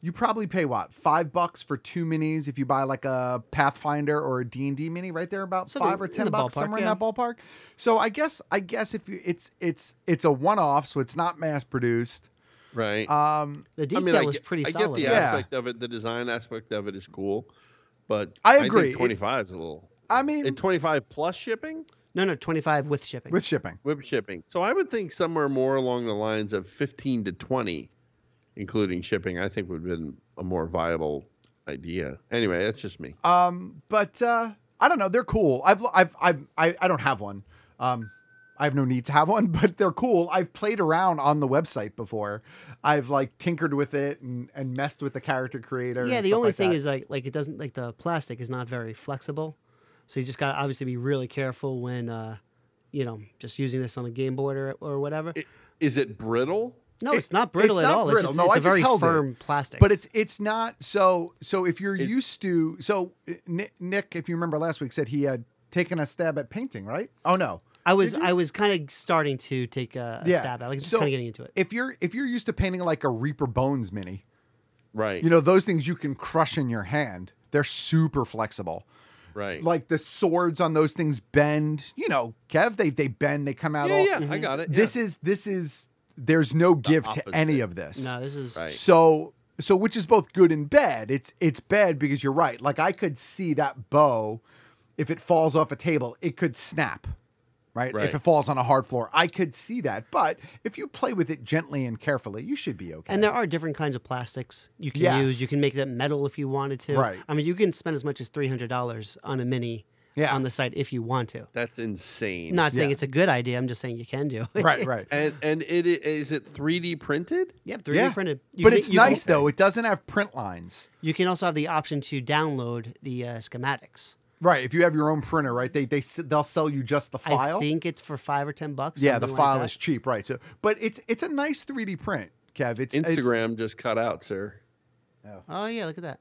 E: you probably pay what five bucks for two minis if you buy like a Pathfinder or a D and D mini, right there about
Q: Something
E: five or
Q: in
E: ten
Q: the
E: bucks
Q: ballpark,
E: somewhere
Q: yeah.
E: in that ballpark. So I guess I guess if you, it's it's it's a one off, so it's not mass produced.
T: Right.
E: Um,
Q: the
T: I mean, I get- I get the
E: yeah,
T: aspect of it. The design aspect of it is cool, but
E: I agree. It-
T: Twenty five is a little.
E: I mean,
T: twenty five plus shipping.
Q: No, no, 25 with shipping.
E: with shipping.
T: Whip shipping. So I would think somewhere more along the lines of 15 to 20, including shipping, I think would have been a more viable idea. Anyway, that's just me.
E: Um, but uh, I don't know. They're cool. I've I've, I've I I don't have one. Um, I have no need to have one, <laughs> but they're cool. I've played around on the website before. I've like tinkered with it and, and messed with the character creator.
Q: Yeah,
E: and
Q: the
E: stuff
Q: only
E: like
Q: thing
E: that.
Q: is like like it doesn't like the plastic is not very flexible, so you just got to obviously be really careful when uh, you know just using this on a game board or, or whatever.
T: Is it brittle?
Q: no, it's not brittle at
E: not
Q: all.
E: brittle.
Q: It's just
E: No,
Q: it's
E: I
Q: a
E: just
Q: very
E: held it.
Q: firm plastic.
E: But it's it's not so so if you're used to so Nick, Nick, if you remember last week said he had taken a stab at painting, right? Oh no.
Q: I was
E: Did you?
Q: I was kind of starting to take a, a stab at it, like just
E: So
Q: kind of getting into it.
E: If you're if you're used to painting like a Reaper Bones mini,
T: Right.
E: you know those things you can crush in your hand. They're super flexible.
T: right.
E: Like the swords on those things bend. You know, Kev, they they bend. They come out.
T: Yeah,
E: all,
T: yeah, I Mhm. got it,
E: Mm-hmm. This is this is. There's no give to any
T: opposite.
E: of this.
Q: No, this is- Right.
E: so so, which is both good and bad. It's it's bad because you're right. Like I could see that bow, if it falls off a table, it could snap. Right?
T: Right.
E: If it falls on a hard floor, I could see that. But if you play with it gently and carefully, you should be okay.
Q: And there are different kinds of plastics you can
E: Yes.
Q: use. You can make that metal if you wanted to.
E: Right.
Q: I mean, you can spend as much as three hundred dollars on a mini
E: Yeah.
Q: on the site if you want to.
T: That's insane.
Q: Not saying it's a good idea. I'm just saying you can do. it.
T: And and it i- is it 3D printed?
Q: Yep, 3D printed. You
E: but
Q: can-
E: it's
Q: you can-
E: nice though. It doesn't have print lines.
Q: You can also have the option to download the uh, schematics.
E: Right. If you have your own printer, right? They they s- they'll sell you just the file.
Q: I think it's for five or ten bucks.
E: yeah, the
Q: something like
E: file
Q: that.
E: is cheap, right? So, but it's it's a nice 3D print, Kev. It's it's-
T: Instagram just cut out, sir.
Q: Oh yeah, look at that.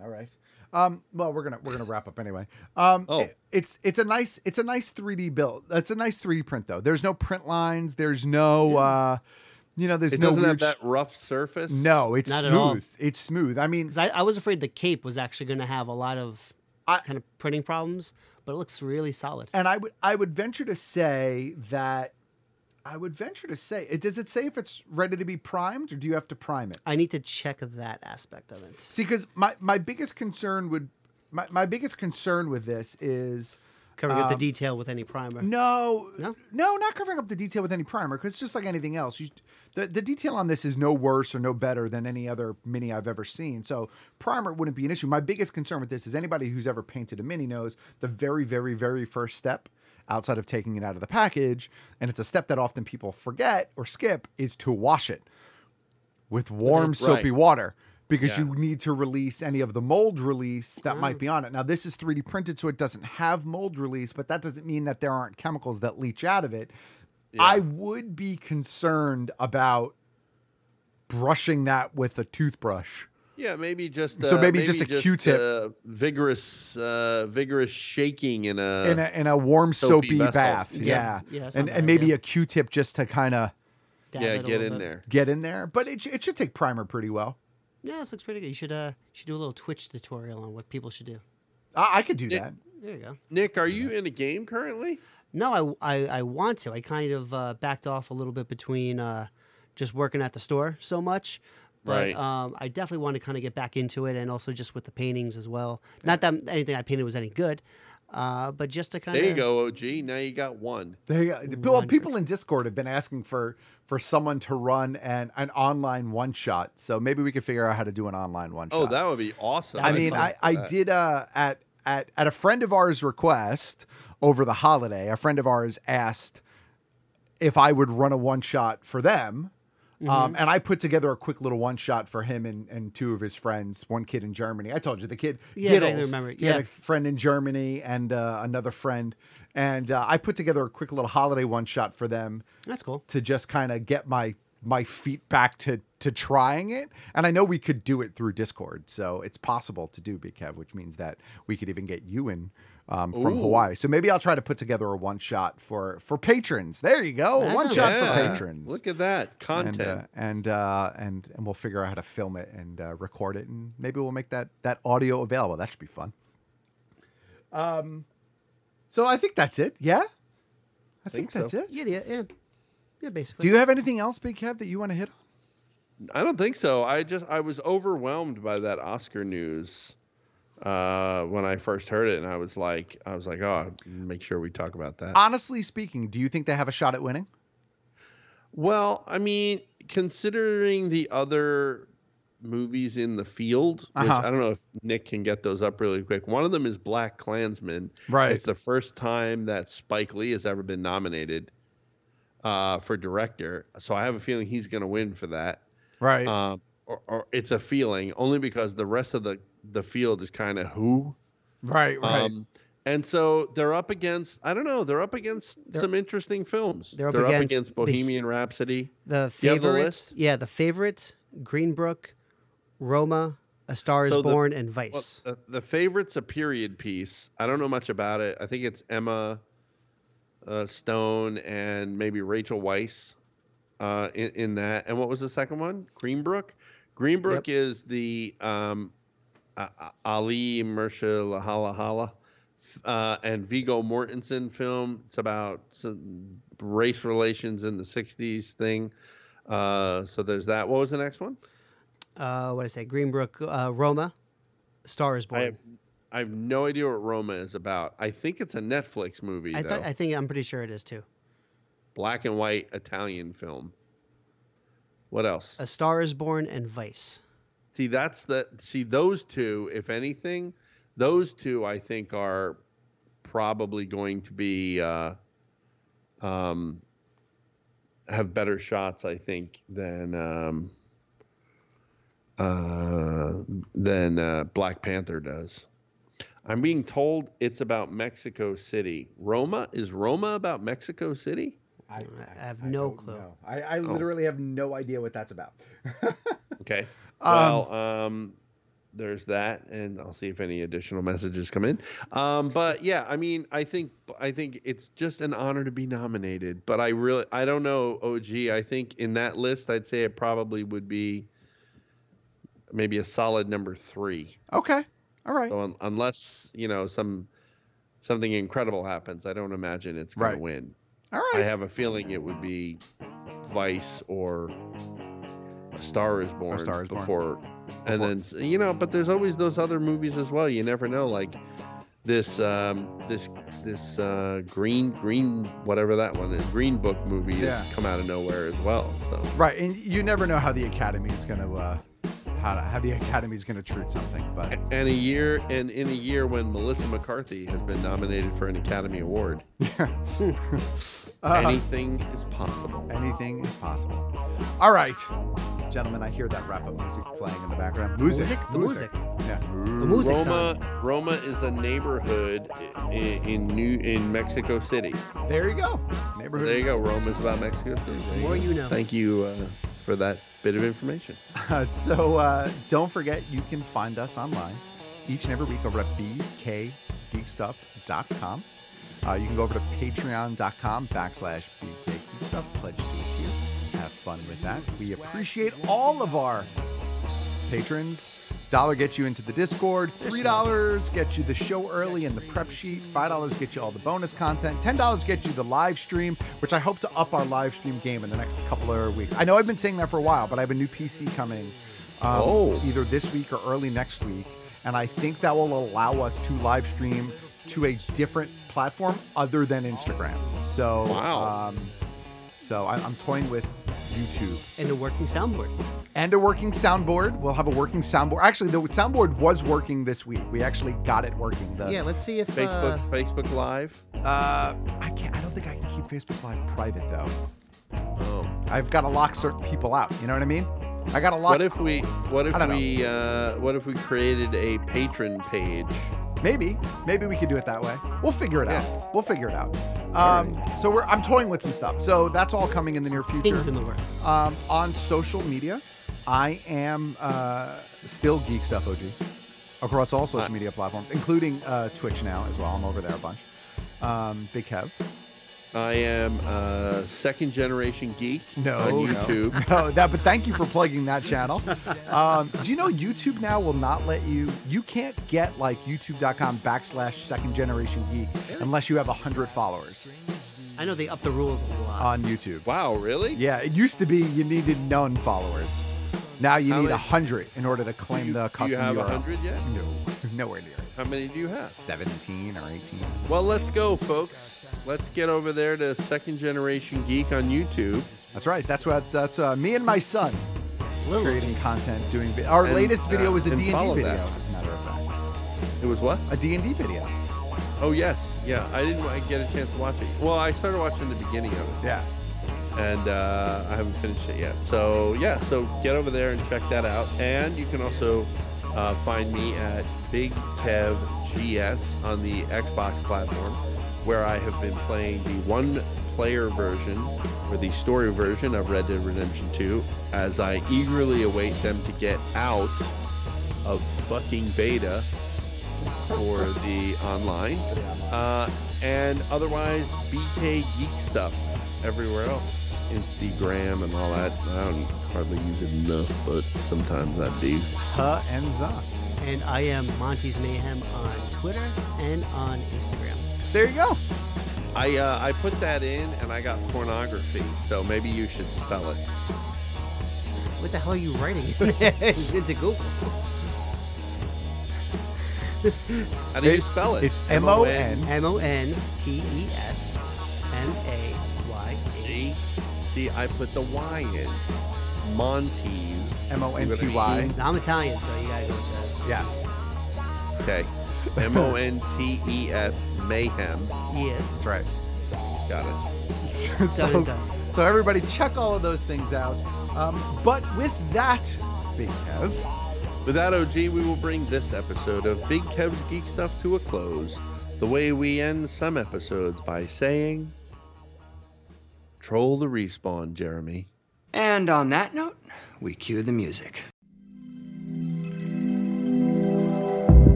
E: all right. Um, well, we're gonna we're gonna wrap up anyway. Um,
T: Oh.
E: it- it's it's a nice it's a nice 3D build. It's a nice 3D print though. There's no print lines. There's no uh, you know, there's
T: it
E: no
T: doesn't have
E: weird
T: that
E: sh-
T: rough surface.
E: No, it's
Q: Not at all.
E: smooth. It's smooth. I mean,
Q: 'Cause I, I was afraid the cape was actually going to have a lot of kind of printing problems, but it looks really solid.
E: and I would I would venture to say that I would venture to say it does it say if it's ready to be primed or do you have to prime it?
Q: I need to check that aspect of it.
E: See, because my my biggest concern would my, my biggest concern with this is
Q: Covering up the
E: um,
Q: detail with any primer.
E: No,
Q: no,
E: not covering up the detail with any primer because it's just like anything else. You, the the detail on this is no worse or no better than any other mini I've ever seen. So primer wouldn't be an issue. My biggest concern with this is anybody who's ever painted a mini knows the very very very first step outside of taking it out of the package, and it's a step that often people forget or skip is to wash it with warm
T: Right.
E: soapy water because
T: Yeah. Mm.
E: you need to release any of the mold release that might be on it. Now this is 3D printed so it doesn't have mold release, but that doesn't mean that there aren't chemicals that leach out of it. I would be concerned about brushing that with a toothbrush.
T: Yeah, maybe just
E: So
T: uh,
E: maybe just a Q-tip.
T: uh, vigorous, uh, vigorous shaking uh, in a
E: in a in a warm
T: soapy
E: soapy,
T: vessel.
E: bath. Yeah.
T: Yeah.
Q: Yeah, that's
E: and
Q: not a
E: and
Q: bad
E: maybe a Q-tip just to kind of
T: Yeah, get in there.
E: get in there, but it sh- it should take primer pretty well.
Q: Yeah, this looks pretty good. You should uh you should do a little Twitch tutorial on what people should do.
E: I, I could do
Q: Nick-
E: that.
Q: There you go.
T: Nick, are you in a game currently?
Q: No, I, I, I want to. I kind of uh, backed off a little bit between uh, just working at the store so much. But
T: Right.
Q: um, I definitely want to kind of get back into it and also just with the paintings as well. Not that anything I painted was any good, uh, but just to kind
T: There
Q: of.
T: you go, OG. Now you got one.
E: There you go. uh, Well, people in Discord have been asking for for someone to run an an online one shot. So maybe we could figure out how to do an online one shot.
T: Oh, that would be awesome.
E: I mean, I, I did uh, at at at a friend of ours' request over the holiday. A friend of ours asked if I would run a one shot for them, um,
Q: Mm-hmm.
A: Mhm.
E: and I put together a quick little one shot for him and, and two of his friends. One kid in Germany. I told you the kid.
Q: Yeah, I
E: Giddles.
Q: remember.
E: He had
Q: Yeah.
E: a friend in Germany and uh, another friend, and uh, I put together a quick little holiday one shot for them.
Q: That's cool.
E: To just kind of get my my feet back to to trying it, and I know we could do it through Discord, so it's possible to do Big Kev, which means that we could even get you in um, from
T: Ooh.
E: Hawaii. So maybe I'll try to put together a one shot for for patrons. There you go,
T: That
E: one
T: sounds
E: shot
T: good.
E: for
T: Yeah.
E: patrons.
T: Look at that
E: And,
T: content.
E: uh, and uh, and and we'll figure out how to film it and uh, record it, and maybe we'll make that that audio available. That should be fun. Um, so I think that's it. Yeah, I think, that's it.
Q: Yeah, yeah, yeah. Yeah, basically.
E: Do you have anything else, Big Kev, that you want to hit on?
T: I don't think so. I just I was overwhelmed by that Oscar news uh, when I first heard it, and I was like, I was like, oh, make sure we talk about that.
E: Honestly speaking, do you think they have a shot at winning?
T: Well, I mean, considering the other movies in the field, which
E: Uh-huh.
T: I don't know if Nick can get those up really quick. One of them is Black Klansman.
E: Right.
T: It's the first time that Spike Lee has ever been nominated uh, for director, so I have a feeling he's going to win for that.
E: Right.
T: Um, or, or it's a feeling only because the rest of the the field is kind of who.
E: Right.
T: Right. and so they're up against I don't know they're up against some interesting films.
Q: they're up against Beh-
T: Bohemian Rhapsody.
Q: The
T: Do you have the
Q: favorite.
T: list?
Q: Yeah, the favorite Greenbrook, Roma, A Star is
T: So the-
Q: Born, and
T: well,
Q: Vice.
T: the, Uh, the favorite's a period piece. I don't know much about it. I think it's Emma uh, Stone and maybe Rachel Weisz uh, in, in that. And what was the second one? Greenbrook. Greenbrook is the um, uh, Ali Mersha Lahalahala uh, and Vigo Mortensen film. It's about some race relations in the '60s thing. Uh, so there's that. What was the next one?
Q: Uh, what did I say? Greenbrook, uh, Roma, A Star is Born.
T: I have, I have no idea what Roma is about. I think it's a Netflix movie,
Q: I,
T: though.
Q: th- I think I'm pretty sure it is too.
T: Black and white Italian film. What else?
Q: A Star is Born and Vice.
T: See, that's the see those two. If anything, those two I think are probably going to be uh, um, have better shots. I think than um, uh, than uh, Black Panther does. I'm being told it's about Mexico City. Roma is Roma about Mexico City?
E: I,
Q: Mm, have no clue.
E: I, I literally have no idea what that's about. <laughs>
T: Okay.
E: Um,
T: Well, um, there's that, and I'll see if any additional messages come in. Um, but yeah, I mean, I think I think it's just an honor to be nominated. But I really, I don't know, OG. I think in that list, I'd say it probably would be maybe a solid number three.
E: Okay. All right.
T: So un- unless you know some something incredible happens, I don't imagine it's going
E: Right.
T: to win.
E: All
T: right. I have a feeling it would be Vice or A Star Is Born
E: Star Is Born.
T: before, and then s- you know. But there's always those other movies as well. You never know. Like this um, this this uh, green green whatever that one is green book movie
E: Yeah.
T: has come out of nowhere as well. So
E: Right, and you never know how the academy is going to uh, how to, how the academy is going to treat something, but
T: and a year and in a year when Melissa McCarthy has been nominated for an Academy Award.
E: <laughs> Uh,
T: Anything is possible.
E: Anything is possible. all right, gentlemen, I hear that wrap up music playing in the background. Music,
Q: Music, the
E: yeah,
T: Roma, Roma is a neighborhood i- in, in New in Mexico City.
E: There you go.
T: Neighborhood. There you go. Roma is about Mexico City. There
E: More
T: go.
E: you know.
T: Thank you uh, for that bit of
E: <laughs>
T: information.
E: Uh, so uh, don't forget, you can find us online each and every week over at bkgeekstuff.com. Uh, you can go over to patreon.com backslash bkgeekstuff, pledge to a tier, have fun with that. We appreciate all of our patrons. Dollar gets you into the Discord. Three dollars gets you the show early and the prep sheet. Five dollars gets you all the bonus content. Ten dollars gets you the live stream, which I hope to up our live stream game in the next couple of weeks. I know I've been saying that for a while, but I have a new PC coming um,
T: Oh.
E: either this week or early next week, and I think that will allow us to live stream to a different platform other than Instagram. So,
T: Wow.
E: um, so I, I'm toying with YouTube.
Q: And a working soundboard.
E: And a working soundboard. We'll have a working soundboard. Actually, the soundboard was working this week. We actually got it working. The,
Q: Yeah, let's see if
T: Facebook
Q: uh,
T: Facebook Live.
E: Uh, I can't. I don't think I can keep Facebook Live private though. Oh. I've got to lock certain people out. You know what I mean? I got to lock.
T: What if we what
E: I
T: if
E: don't know.
T: we uh, what if we created a patron page?
E: Maybe, maybe we could do it that way. We'll figure it out. We'll figure it out. Um, So we're I'm toying with some stuff. So that's all coming in the near future.
Q: Things in the works.
E: Um, on social media, I am uh, still geek stuff OG across all social media platforms, including uh, Twitch now as well. I'm over there a bunch. Um, Big Kev.
T: I am a second generation geek
E: No,
T: on
E: no.
T: YouTube.
E: <laughs> No, that. But thank you for plugging that <laughs> channel. Um, do you know YouTube now will not let you? You can't get like YouTube.com backslash Second Generation Geek unless you have hundred followers
Q: I know they up the rules a lot.
E: on YouTube.
T: Wow, really?
E: Yeah, it used to be you needed none followers. Now you
T: How
E: need
T: many-
E: hundred in order to claim
T: Do you-
E: the
T: do you
E: custom
T: have
E: URL.
T: 100 yet?
E: No, <laughs> nowhere near. it.
T: How many do you have?
E: Seventeen or eighteen.
T: Well, let's go, folks. Let's get over there to Second Generation Geek on YouTube.
E: That's right. That's what. That's uh, me and my son creating content, doing. vi- Our
T: And,
E: latest video
T: uh,
E: was a
T: and
E: D&D
T: follow
E: video,
T: that.
E: as a matter of fact.
T: It was what?
E: A D&D video.
T: Oh yes, yeah. I didn't wa- get a chance to watch it. Well, I started watching the beginning of it,
E: Yeah.
T: and uh, I haven't finished it yet. So yeah, so get over there and check that out. And you can also uh, find me at Big Kev GS on the Xbox platform, where I have been playing the one-player version or the story version of Red Dead Redemption 2, as I eagerly await them to get out of fucking beta for the online. Uh, and otherwise, BK Geek stuff everywhere else. Instagram and all that. I don't hardly use it enough, but sometimes I do.
E: Huh and Zah.
Q: And I am Monty's Mayhem on Twitter and on Instagram.
E: There you go.
T: I uh, I put that in and I got pornography, so maybe you should spell it.
Q: What the hell are you writing? <laughs> it's a Google.
T: How do you spell it?
E: It's M O N.
Q: M O N T E S M A Y H.
T: See, see, I put the Y in. Montes.
E: M O N T
T: See what I
E: Y.
T: mean?
Q: I'm Italian, so you gotta go with that.
E: Yes.
T: Okay. M O N T E S mayhem.
Q: Yes.
E: That's right.
T: Got it.
E: so,
Q: Dun, dun.
E: so everybody check all of those things out. Um, but with that, Big Kev.
T: With that, OG, we will bring this episode of Big Kev's Geek Stuff to a close, the way we end some episodes by saying, Troll the respawn, Jeremy.
A: And on that note, we cue the music.